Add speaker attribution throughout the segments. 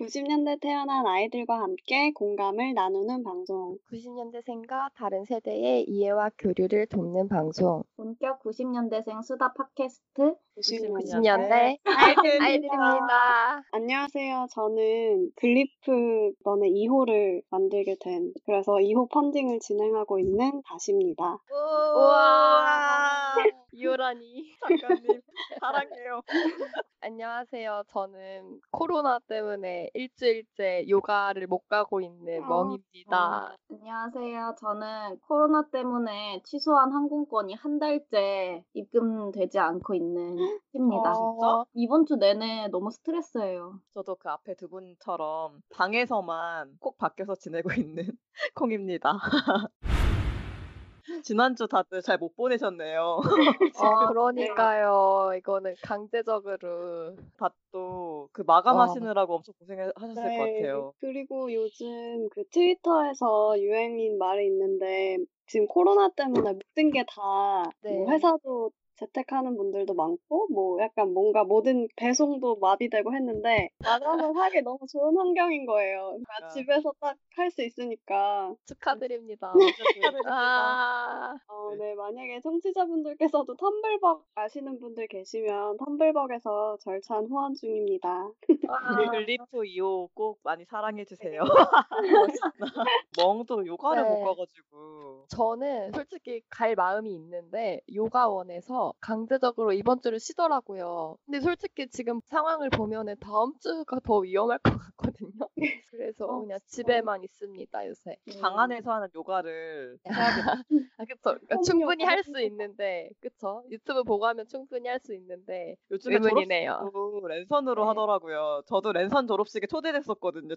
Speaker 1: 90년대 태어난 아이들과 함께 공감을 나누는 방송.
Speaker 2: 90년대생과 다른 세대의 이해와 교류를 돕는 방송.
Speaker 3: 본격 90년대생 수다 팟캐스트
Speaker 2: 90년대
Speaker 4: 그
Speaker 2: 아이들입니다.
Speaker 1: 네. 안녕하세요. 저는 글리프 번의 2호를 만들게 된, 그래서 2호 펀딩을 진행하고 있는 다시입니다.
Speaker 2: 우와. 유라니 작가님 사랑해요. 안녕하세요. 저는 코로나 때문에 일주일째 요가를 못 가고 있는
Speaker 1: 어.
Speaker 2: 멍입니다.
Speaker 3: 안녕하세요. 저는 코로나 때문에 취소한 항공권이 한 달째 입금되지 않고 있는 팀입니다.
Speaker 1: 어.
Speaker 4: 진짜?
Speaker 2: 어.
Speaker 3: 이번 주 내내 너무 스트레스예요.
Speaker 4: 저도 그 앞에 두 분처럼 방에서만 꼭 밖에서 지내고 있는 콩입니다. 지난주 다들 잘 못 보내셨네요.
Speaker 2: 어, 그러니까요. 이거는 강제적으로
Speaker 4: 밭도
Speaker 2: 아, 네.
Speaker 4: 그 마감하시느라고 엄청 고생하셨을
Speaker 1: 네.
Speaker 4: 것 같아요.
Speaker 1: 그리고 요즘 그 트위터에서 유행인 말이 있는데 지금 코로나 때문에 모든 게다
Speaker 2: 네.
Speaker 1: 뭐 회사도 재택하는 분들도 많고 뭐 약간 뭔가 모든 배송도 마비되고 했는데 마감을 하기 너무 좋은 환경인 거예요. 그러니까
Speaker 4: 맞아.
Speaker 1: 집에서 딱 할 수 있으니까
Speaker 2: 축하드립니다.
Speaker 4: 아.
Speaker 2: 아,
Speaker 1: 어,
Speaker 4: 네.
Speaker 1: 네, 만약에 청취자분들께서도 텀블벅 아시는 분들 계시면 텀블벅에서 절찬 후원 중입니다.
Speaker 2: 아.
Speaker 4: 글리프 2호 꼭 많이 사랑해주세요. 멍도 요가를
Speaker 2: 네.
Speaker 4: 못 가가지고.
Speaker 2: 저는 솔직히 갈 마음이 있는데 요가원에서 강제적으로 이번 주를 쉬더라고요. 근데 솔직히 지금 상황을 보면은 다음 주가 더 위험할 것 같거든요. 그래서
Speaker 3: 어,
Speaker 2: 그냥
Speaker 3: 진짜.
Speaker 2: 집에만 있습니다 요새.
Speaker 4: 방 안에서 하는 요가를
Speaker 2: 아
Speaker 4: 어,
Speaker 2: 그쵸. 그러니까
Speaker 1: 홈
Speaker 2: 충분히
Speaker 1: 요가
Speaker 2: 할
Speaker 1: 같은
Speaker 2: 수
Speaker 1: 거.
Speaker 2: 있는데 그쵸. 유튜브 보고 하면 충분히 할 수 있는데
Speaker 4: 요즘에
Speaker 2: 의문이네요.
Speaker 4: 졸업식도 랜선으로
Speaker 2: 네.
Speaker 4: 하더라고요. 저도 랜선 졸업식에 초대됐었거든요.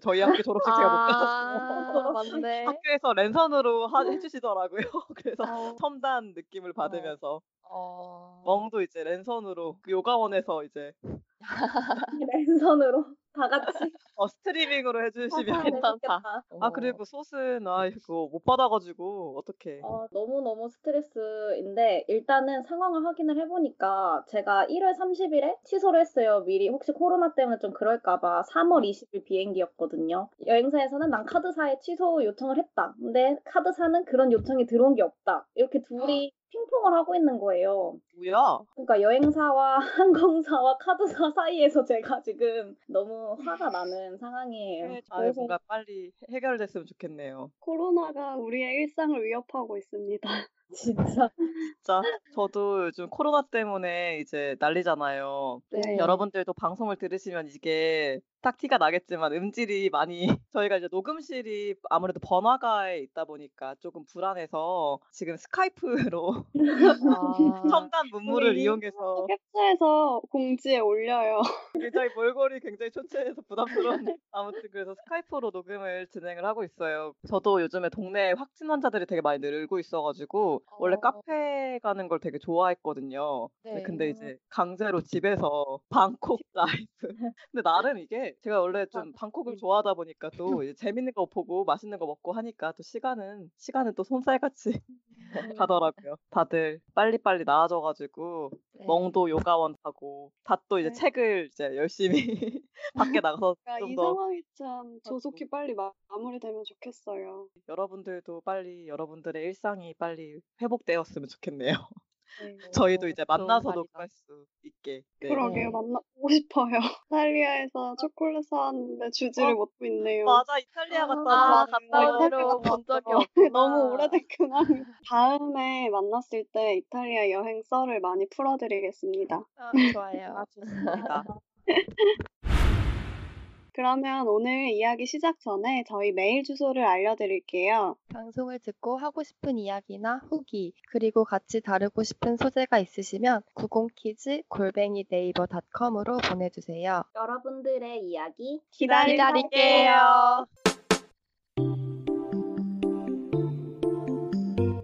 Speaker 4: 저희 학교 졸업식 제가 못 갔었어요.
Speaker 2: 아 맞네.
Speaker 4: 학교에서 랜선으로 하- 해주시더라고요. 그래서
Speaker 2: 어,
Speaker 4: 첨단 느낌을 받으면서
Speaker 2: 어...
Speaker 4: 멍도 이제 랜선으로 그 요가원에서 이제
Speaker 3: 랜선으로 다 같이
Speaker 4: 어, 스트리밍으로
Speaker 3: 하면
Speaker 4: 해주시면
Speaker 2: 괜찮다. 어.
Speaker 3: 좋겠다.
Speaker 4: 아 그리고 솥은 아 그거 못 받아가지고 어떻게
Speaker 3: 어, 너무너무 스트레스인데 일단은 상황을 확인을 해보니까 제가 1월 30일에 취소를 했어요. 미리 혹시 코로나 때문에 좀 그럴까봐 3월 20일 비행기였거든요. 여행사에서는 난 카드사에 취소 요청을 했다. 근데 카드사는 그런 요청이 들어온 게 없다. 이렇게 둘이 핑퐁을 하고 있는 거예요.
Speaker 4: 뭐야?
Speaker 3: 그러니까 여행사와 항공사와 카드사 사이에서 제가 지금 너무 화가 나는 상황이에요.
Speaker 4: 아 뭔가 빨리 해- 해결됐으면 좋겠네요.
Speaker 1: 코로나가 우리의 일상을 위협하고 있습니다.
Speaker 3: 진짜
Speaker 4: 진짜 저도 요즘 코로나 때문에 이제 난리잖아요.
Speaker 1: 네.
Speaker 4: 여러분들도 방송을 들으시면 이게 딱 티가 나겠지만 음질이 많이 저희가 이제 녹음실이 아무래도 번화가에 있다 보니까 조금 불안해서 지금 스카이프로
Speaker 2: 아,
Speaker 1: 아,
Speaker 4: 첨단 문물을
Speaker 1: 우리
Speaker 4: 이용해서
Speaker 1: 캡처해서 공지에 올려요.
Speaker 4: 굉장히 몰골이 굉장히 초췌해서
Speaker 2: 네.
Speaker 4: 부담스러운데 아무튼 그래서 스카이프로 녹음을 진행을 하고 있어요. 저도 요즘에 동네에 확진 환자들이 되게 많이 늘고 있어가지고 원래
Speaker 2: 어.
Speaker 4: 카페 가는 걸 되게 좋아했거든요.
Speaker 2: 네.
Speaker 4: 근데 이제 강제로 집에서 방콕 라이브. 근데 나름 이게 제가
Speaker 2: 아.
Speaker 4: 원래 좀
Speaker 2: 음.
Speaker 4: 방콕을 좋아하다 보니까 또 이제 재밌는 거 보고 맛있는 거 먹고 하니까 또 시간은 시간은 또 솜살같이
Speaker 2: 네.
Speaker 3: 음,
Speaker 4: 가더라고요. 다들 빨리빨리 나아져가지고
Speaker 1: 예.
Speaker 2: 네.
Speaker 4: 멍도 요가원 가고 닷도 이제
Speaker 1: 네.
Speaker 4: 책을 이제 열심히 밖에 나가서
Speaker 1: 그러니까 이
Speaker 4: 좀 더
Speaker 1: 상황이 참 조속히 빨리 마- 마무리되면 좋겠어요.
Speaker 4: 여러분들도 빨리 여러분들의 일상이 빨리 회복되었으면 좋겠네요.
Speaker 1: 네.
Speaker 4: 저희도 이제
Speaker 2: 좋은
Speaker 4: 만나서
Speaker 2: 말이다.
Speaker 4: 녹음할 수 있게. 네.
Speaker 1: 그러게요.
Speaker 2: 네.
Speaker 1: 만나보고 싶어요. 이탈리아에서 초콜릿 사왔는데 주지를
Speaker 4: 어,
Speaker 1: 못고 있네요.
Speaker 4: 맞아 이탈리아 갔다
Speaker 2: 아,
Speaker 4: 왔잖아.
Speaker 3: 네,
Speaker 2: 갔다
Speaker 1: 온
Speaker 2: 오기로 본 적이
Speaker 1: 어,
Speaker 2: 없구나.
Speaker 1: 너무 오래된 근황이 다음에 만났을 때 이탈리아 여행 썰을 많이 풀어드리겠습니다.
Speaker 2: 아, 좋아요.
Speaker 4: 아, 좋습니다.
Speaker 1: 그러면 오늘 이야기 시작 전에 저희 메일 주소를 알려드릴게요.
Speaker 2: 방송을 듣고 하고 싶은 이야기나 후기, 그리고 같이 다루고 싶은 소재가 있으시면 90키즈 골뱅이 네이버 닷컴으로 보내주세요.
Speaker 3: 여러분들의 이야기
Speaker 2: 기다릴게요.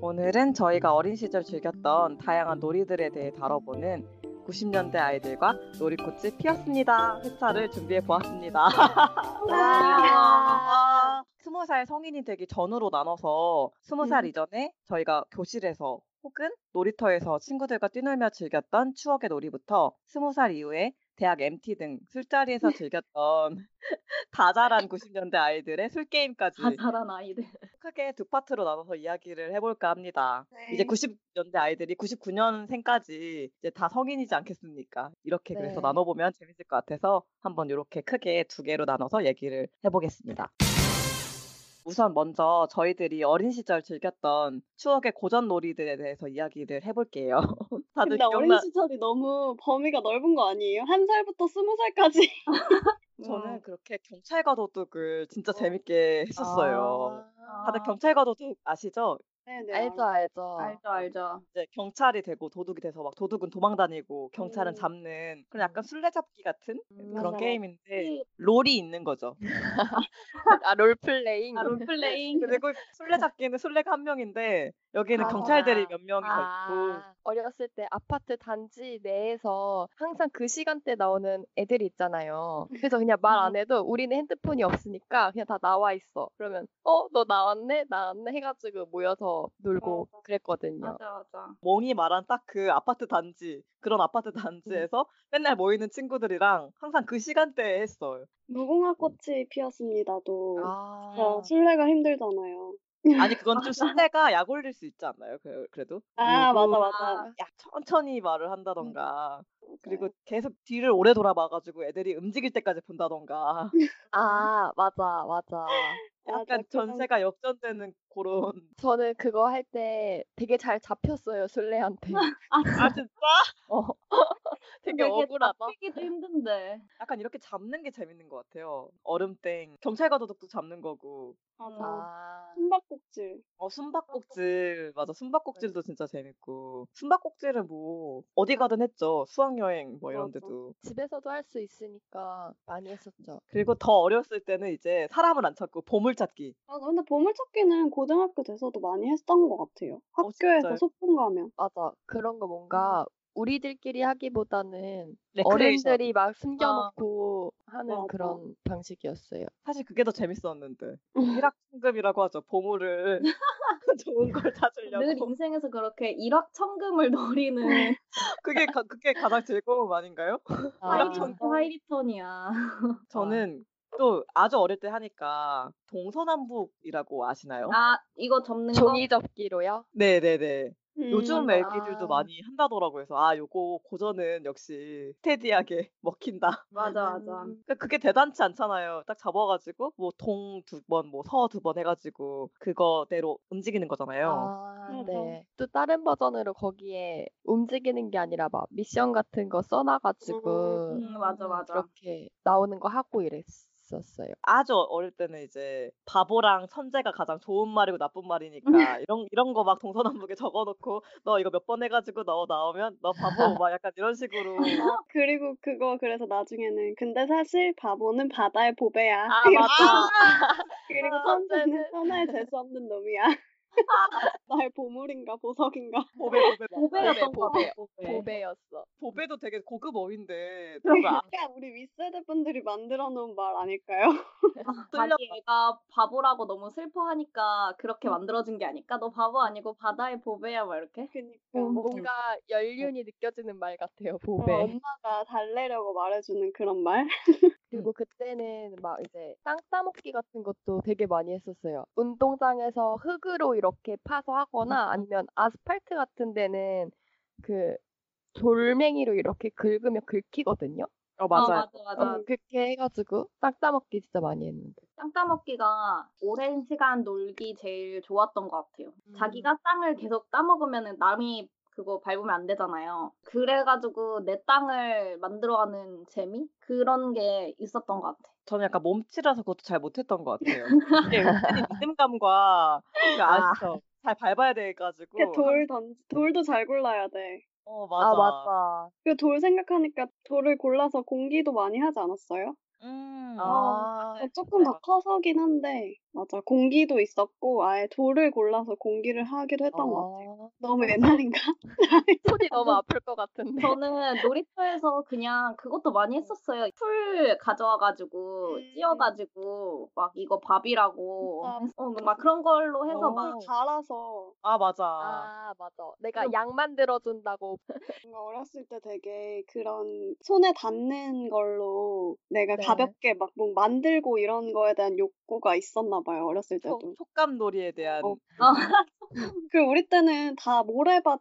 Speaker 4: 오늘은 저희가 어린 시절 즐겼던 다양한 놀이들에 대해 다뤄보는 90년대 아이들과 놀이꽃이 피었습니다. 회차를 준비해 보았습니다.
Speaker 3: 아,
Speaker 1: 아,
Speaker 2: 와.
Speaker 4: 스무 살 성인이 되기 전으로 나눠서 스무 살
Speaker 1: 음.
Speaker 4: 이전에 저희가 교실에서 혹은 놀이터에서 친구들과 뛰놀며 즐겼던 추억의 놀이부터 스무 살 이후에 대학 MT 등 술자리에서 즐겼던 다자란 90년대 아이들의 술 게임까지
Speaker 3: 다 자란 아이들.
Speaker 4: 크게 두 파트로 나눠서 이야기를 해볼까 합니다.
Speaker 1: 네.
Speaker 4: 이제 90년대 아이들이 99년생까지 이제 다 성인이지 않겠습니까? 이렇게 그래서
Speaker 2: 네.
Speaker 4: 나눠보면 재밌을 것 같아서 한번 이렇게 크게 두 개로 나눠서 얘기를 해보겠습니다.
Speaker 1: 네.
Speaker 4: 우선 먼저 저희들이 어린 시절 즐겼던 추억의 고전 놀이들에 대해서 이야기를 해볼게요. 다들
Speaker 1: 근데 어린
Speaker 4: 기억나?
Speaker 1: 시절이 너무 범위가 넓은 거 아니에요? 한 살부터 스무 살까지.
Speaker 4: 저는
Speaker 1: 어.
Speaker 3: 음.
Speaker 4: 그렇게 경찰 가도둑을 진짜 재밌게 했었어요.
Speaker 2: 아,
Speaker 4: 다들 경찰 가도둑 아시죠?
Speaker 1: 네네.
Speaker 2: 알죠, 알죠.
Speaker 3: 알죠, 알죠.
Speaker 4: 이제 경찰이 되고 도둑이 돼서 막 도둑은 도망다니고 경찰은
Speaker 1: 음.
Speaker 4: 잡는 그런 약간 술래잡기 같은
Speaker 2: 음,
Speaker 4: 그런
Speaker 1: 맞아요. 네.
Speaker 4: 게임인데
Speaker 2: 네,
Speaker 4: 롤이 있는 거죠.
Speaker 2: 아, 롤플레잉.
Speaker 3: 아, 롤플레잉.
Speaker 4: 그리고 술래잡기는 술래가 한 명인데 여기는
Speaker 2: 아.
Speaker 4: 경찰들이 몇 명이 더 있고
Speaker 2: 아, 어렸을 때 아파트 단지 내에서 항상 그 시간대 나오는 애들이 있잖아요. 그래서 그냥 말 안 해도 우리는 핸드폰이 없으니까 그냥 다 나와 있어. 그러면 어, 너 나왔네? 나왔네 해가지고 모여서 놀고
Speaker 1: 맞아.
Speaker 2: 그랬거든요.
Speaker 3: 맞아, 맞아.
Speaker 4: 멍이 말한 딱 그 아파트 단지 그런
Speaker 1: 음.
Speaker 4: 아파트 단지에서 맨날 모이는 친구들이랑 항상 그 시간대에 했어요.
Speaker 1: 무궁화 꽃이 피었습니다도
Speaker 2: 아,
Speaker 1: 진짜 술래가 힘들잖아요.
Speaker 4: 아니 그건 좀 술래가 약 올릴 수 있지 않나요? 그- 그래도
Speaker 1: 아 맞아 음.
Speaker 4: 무궁화
Speaker 1: 맞아.
Speaker 4: 야, 천천히 말을 한다던가
Speaker 1: 네.
Speaker 4: 그리고 계속 뒤를 오래 돌아봐가지고 애들이 움직일 때까지 본다던가
Speaker 2: 아, 맞아, 맞아.
Speaker 1: 맞아,
Speaker 4: 약간
Speaker 1: 그건-
Speaker 4: 전세가 역전되는 그런
Speaker 2: 저는 그거 할 때 되게 잘 잡혔어요, 술래한테.
Speaker 4: 아 진짜?
Speaker 2: 어, 되게 억울하다.
Speaker 3: 잡히기도 힘든데.
Speaker 4: 약간 이렇게 잡는 게 재밌는 것 같아요 얼음땡 경찰과 도둑도 잡는 거고
Speaker 1: 맞아.
Speaker 2: 아,
Speaker 1: 숨바꼭질.
Speaker 4: 어 숨바꼭질 맞아 숨바꼭질도 진짜 재밌고 숨바꼭질은 뭐 어디 가든 했죠 수학여행 뭐 이런
Speaker 1: 맞아.
Speaker 4: 데도
Speaker 2: 집에서도 할 수 있으니까 많이 했었죠.
Speaker 4: 그리고 더 어렸을 때는 이제 사람을 안 찾고 보물찾기
Speaker 1: 맞아. 근데 보물찾기는 고등학교 돼서도 많이 했던 것 같아요. 학교에서
Speaker 4: 진짜요?
Speaker 1: 소풍 가면.
Speaker 2: 맞아. 그런 거 뭔가 우리들끼리 하기보다는
Speaker 4: 네, 레크레이션.
Speaker 2: 어른들이 막 숨겨놓고 하는
Speaker 1: 맞아.
Speaker 2: 그런 방식이었어요.
Speaker 4: 사실 그게 더 재밌었는데 일확천금이라고 하죠 보물을 좋은 걸
Speaker 3: 늘
Speaker 4: 찾으려고
Speaker 3: 인생에서 그렇게 일확천금을 노리는
Speaker 2: 네.
Speaker 4: 그게 가, 그게 가장 즐거움 아닌가요?
Speaker 2: 아,
Speaker 4: 전-
Speaker 3: 하이리턴, 하이리턴이야.
Speaker 4: 저는 또 아주 어릴 때 하니까 동서남북이라고 아시나요?
Speaker 3: 아, 이거 접는
Speaker 2: 어? 종이 접기로요?
Speaker 4: 네네네. 요즘
Speaker 1: 음,
Speaker 2: 아.
Speaker 4: 애기들도 많이 한다더라고요. 그래서 아 요거 고전은 역시 스테디하게 먹힌다.
Speaker 3: 맞아, 맞아.
Speaker 2: 음,
Speaker 4: 그러니까 그게 대단치 않잖아요. 딱 잡아가지고 뭐 동 두 번, 뭐 서 두 번 해가지고 그거대로 움직이는 거잖아요.
Speaker 2: 아,
Speaker 1: 맞아.
Speaker 2: 네. 또 다른 버전으로 거기에 움직이는 게 아니라 막 미션 같은 거 써놔가지고
Speaker 3: 음, 맞아, 맞아.
Speaker 2: 그렇게 나오는 거 하고 이랬었어요.
Speaker 4: 아주 어릴 때는 이제 바보랑 천재가 가장 좋은 말이고 나쁜 말이니까 이런 이런 거 막 동서남북에 적어놓고 너 이거 몇 번 해가지고 너 나오면 너 바보 막 약간 이런 식으로
Speaker 1: 아, 그리고 그거 그래서 나중에는 근데 사실 바보는 바다의 보배야.
Speaker 2: 아,
Speaker 4: 아,
Speaker 1: 그리고
Speaker 2: 아,
Speaker 1: 천재는
Speaker 2: 천재는.
Speaker 1: 천하의 재수 없는 놈이야. 나의 보물인가 보석인가.
Speaker 4: 보배 어, 보배 맞아.
Speaker 1: 네,
Speaker 3: 보배였던 거
Speaker 2: 보배,
Speaker 3: 같아,
Speaker 4: 뭐
Speaker 3: 보배.
Speaker 2: 보배였어.
Speaker 4: 보배도 되게 고급 어인데
Speaker 2: 그러니까.
Speaker 1: 그러니까 우리 윗세대 분들이 만들어 놓은 말 아닐까요?
Speaker 4: 뚫렸다.
Speaker 3: 자기 그 애가 바보라고 너무 슬퍼하니까 그렇게 만들어진 게 아닐까? 너 바보 아니고 바다의 보배야, 막 이렇게.
Speaker 1: 그러니까
Speaker 2: 어, 뭐
Speaker 3: 음.
Speaker 2: 뭔가 연륜이 느껴지는 말 같아요,
Speaker 1: 어,
Speaker 4: 네.
Speaker 2: 보배.
Speaker 1: 엄마가 달래려고 말해주는 그런
Speaker 2: 어,
Speaker 1: 말.
Speaker 2: 그리고 그때는 막 이제 땅 따먹기 같은 것도 되게 많이 했었어요. 운동장에서 흙으로 이렇게 파서 하거나 아니면 아스팔트 같은 데는 그 돌멩이로 이렇게 긁으면 긁히거든요.
Speaker 4: 어
Speaker 3: 어,
Speaker 4: 맞아요.
Speaker 3: 맞아, 맞아.
Speaker 1: 음.
Speaker 2: 그렇게 해가지고 땅 따먹기 진짜 많이 했는데.
Speaker 3: 땅 따먹기가 오랜 시간 놀기 제일 좋았던 것 같아요.
Speaker 4: 음.
Speaker 3: 자기가 땅을 계속 따먹으면 남이 그거 밟으면 안 되잖아요. 그래가지고 내 땅을 만들어가는 재미? 그런 게 있었던 것 같아.
Speaker 4: 저는 약간 몸치라서 그것도 잘 못했던 것 같아요. 이게 은근히 믿음감과 그
Speaker 3: 아.
Speaker 4: 아시죠? 잘 밟아야 돼가지고
Speaker 1: 그
Speaker 2: 그러니까.
Speaker 1: 돌 던, 돌도 잘 골라야 돼.
Speaker 4: 어
Speaker 2: 아
Speaker 4: 맞아.
Speaker 2: 맞다.
Speaker 1: 그 돌 생각하니까 돌을 골라서 공기도 많이 하지 않았어요?
Speaker 4: 음.
Speaker 2: 아
Speaker 1: 어, 조금 더 커서긴 한데 맞아. 공기도 있었고 아예 돌을 골라서 공기를 하기도 했던 것 같아요.
Speaker 2: 아,
Speaker 1: 너무 옛날인가?
Speaker 2: 손이 너무 아플 것 같은데.
Speaker 1: 어,
Speaker 3: 저는 놀이터에서 그냥 그것도 많이 했었어요. 풀 가져와가지고
Speaker 1: 음.
Speaker 3: 찧어가지고 막 이거 밥이라고
Speaker 1: 아.
Speaker 3: 어, 막 그런 걸로 해서
Speaker 2: 어.
Speaker 3: 막
Speaker 1: 막 갈아서
Speaker 4: 아 맞아.
Speaker 2: 아 맞아. 내가 양 만들어준다고.
Speaker 1: 뭔가 어렸을 때 되게 그런 손에 닿는 걸로 내가
Speaker 2: 네.
Speaker 1: 가볍게 막 뭐 만들고 이런 거에 대한 욕구가 있었나 봐요. 어렸을
Speaker 4: 촉-
Speaker 1: 때도.
Speaker 4: 촉감 놀이에 대한
Speaker 1: 어. 그 우리 때는 다 모래밭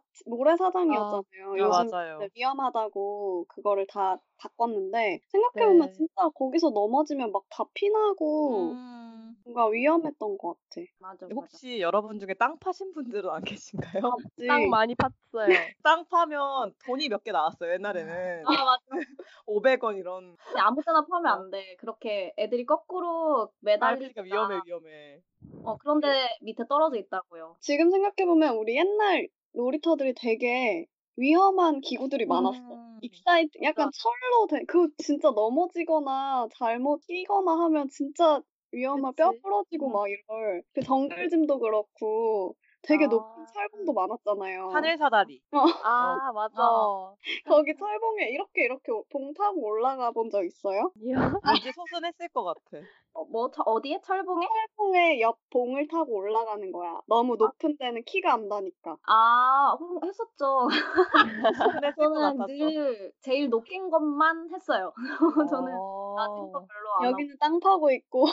Speaker 1: 모래사장이었잖아요.
Speaker 4: 아,
Speaker 1: 요즘
Speaker 4: 맞아요.
Speaker 1: 진짜 위험하다고 그거를 다 바꿨는데 생각해보면
Speaker 2: 네.
Speaker 1: 진짜 거기서 넘어지면 막 다 피나고
Speaker 4: 음,
Speaker 1: 뭔가 위험했던 것 같아.
Speaker 3: 맞아 맞아.
Speaker 4: 혹시 여러분 중에 땅 파신 분들은 안 계신가요?
Speaker 1: 네.
Speaker 2: 땅 많이 팠어요.
Speaker 4: 땅 파면 돈이 몇 개 나왔어요 옛날에는
Speaker 3: 아 맞아.
Speaker 4: 500원 이런
Speaker 3: 근데 아무데나 파면 안 돼. 그렇게 애들이 거꾸로 매달리니까
Speaker 4: 날리니까 아, 그러니까 위험해 위험해
Speaker 3: 어 그런데 밑에 떨어져 있다고요.
Speaker 1: 지금 생각해보면 우리 옛날 놀이터들이 되게 위험한 기구들이 많았어.
Speaker 3: 네.
Speaker 4: 음.
Speaker 1: 익사이트 약간
Speaker 3: 맞아.
Speaker 1: 철로 된 그 진짜 넘어지거나 잘못 뛰거나 하면 진짜 위험한 뼈
Speaker 2: 그치.
Speaker 1: 부러지고
Speaker 3: 음.
Speaker 1: 막 이럴 그 정글짐도 그렇고 되게
Speaker 2: 아.
Speaker 1: 높은 철봉도 많았잖아요.
Speaker 4: 하늘 사다리
Speaker 2: 아 맞아.
Speaker 3: 어.
Speaker 1: 거기 철봉에 이렇게 이렇게 봉 타고 올라가 본 적 있어요?
Speaker 2: 이야,
Speaker 4: 왠지 소순했을 것 같아
Speaker 3: 어, 뭐 저, 어디에 철봉에?
Speaker 1: 철봉에 옆 봉을 타고 올라가는 거야. 너무 높은 데는 키가 안 다니까.
Speaker 3: 아 음, 했었죠.
Speaker 4: 소순했을 것
Speaker 3: 저는
Speaker 4: 같았어
Speaker 3: 늘 제일 높은 것만 했어요. 저는 낮은 거
Speaker 2: 어.
Speaker 3: 별로 안 하고.
Speaker 1: 여기는 땅 파고 있고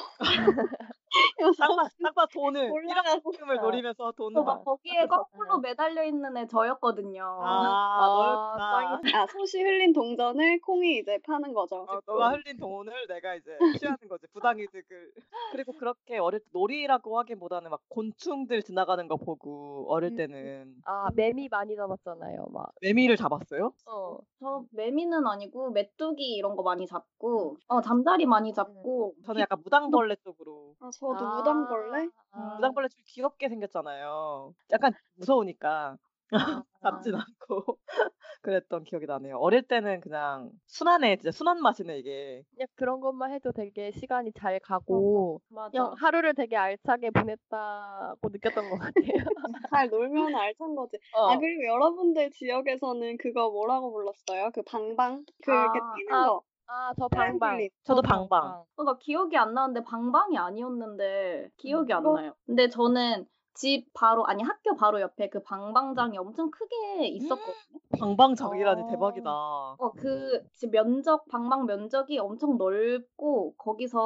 Speaker 4: 땅파 땅파 돈을
Speaker 1: 올라가고
Speaker 4: 땅을 노리면서 돈을
Speaker 3: 또
Speaker 4: 막-
Speaker 3: 막 거기에 네.
Speaker 2: 그래서-
Speaker 3: 거꾸로 매달려 있는 애 저였거든요.
Speaker 4: 아
Speaker 2: 아,
Speaker 4: 너였다
Speaker 1: 아, 소시 흘린 동전을 콩이 이제 파는 거죠.
Speaker 4: 어, 너가 흘린 돈을 내가 이제 취하는 거지 부당이득을 그리고 그렇게 어릴 때 놀이라고 하기보다는 막 곤충들 지나가는 거 보고 어릴
Speaker 1: 음.
Speaker 4: 때는
Speaker 2: 아 매미 많이 잡았잖아요. 막.
Speaker 4: 매미를 잡았어요?
Speaker 2: 어.
Speaker 3: 저 매미는 아니고 메뚜기 이런 거 많이 잡고 어 잠자리 많이 잡고
Speaker 4: 저는 약간 무당벌레 쪽으로
Speaker 1: 아, 저도
Speaker 2: 아.
Speaker 1: 무당벌레?
Speaker 2: 아.
Speaker 4: 무당벌레 좀 귀엽게 생겼잖아요. 약간 무서우니까 아. 잡진 않고 그랬던 기억이 나네요. 어릴 때는 그냥 순하네, 진짜 순한 맛이네 이게.
Speaker 2: 그냥 그런 것만 해도 되게 시간이 잘
Speaker 3: 어.
Speaker 2: 가고
Speaker 3: 맞아.
Speaker 2: 그냥 하루를 되게 알차게 보냈다고 느꼈던 것 같아요.
Speaker 1: 잘 놀면 알찬 거지.
Speaker 4: 어,
Speaker 1: 아, 그리고 여러분들 지역에서는 그거 뭐라고 불렀어요? 그 방방? 그,
Speaker 3: 아,
Speaker 1: 이렇게 뛰는
Speaker 2: 아,
Speaker 1: 거.
Speaker 2: 아, 저
Speaker 1: 사람
Speaker 2: 방방.
Speaker 1: 굴림.
Speaker 4: 저도 방방.
Speaker 3: 어, 나 기억이 안 나는데 방방이 아니었는데 기억이 안
Speaker 1: 어.
Speaker 3: 나요. 근데 저는 집 바로 아니 학교 바로 옆에 그 방방장이 엄청 크게 있었거든요.
Speaker 4: 방방작이라니
Speaker 2: 어.
Speaker 4: 대박이다.
Speaker 3: 어, 그, 집 면적, 방방 면적이 엄청 넓고, 거기서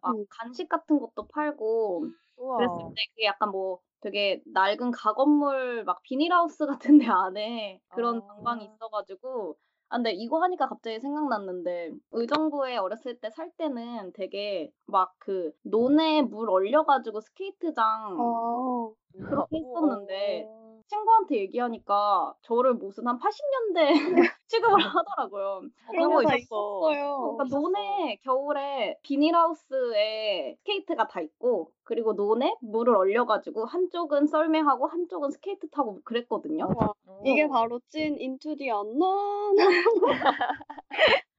Speaker 2: 우와.
Speaker 3: 막
Speaker 1: 음.
Speaker 3: 간식 같은 것도 팔고,
Speaker 2: 우와.
Speaker 3: 그랬을 때 그게 약간 뭐 되게 낡은 가건물 막 비닐하우스 같은 데 안에 그런
Speaker 2: 아.
Speaker 3: 방방이 있어가지고 아 근데 이거 하니까 갑자기 생각났는데 의정부에 어렸을 때 살 때는 되게 막 그 논에 물 얼려가지고 스케이트장
Speaker 1: 어,
Speaker 3: 그렇게
Speaker 2: 우와.
Speaker 3: 했었는데 친구한테 얘기하니까 저를 무슨 한 80년대 취급을 하더라고요.
Speaker 1: 그런
Speaker 3: 그거
Speaker 1: 거 다
Speaker 4: 있었어.
Speaker 1: 있었어요.
Speaker 3: 그러니까 논에 겨울에 비닐하우스에 스케이트가 다 있고 그리고 논에 물을 얼려가지고 한쪽은 썰매하고 한쪽은 스케이트 타고 뭐 그랬거든요.
Speaker 1: 와,
Speaker 2: 어.
Speaker 1: 이게 바로 찐 인투 디 언넌.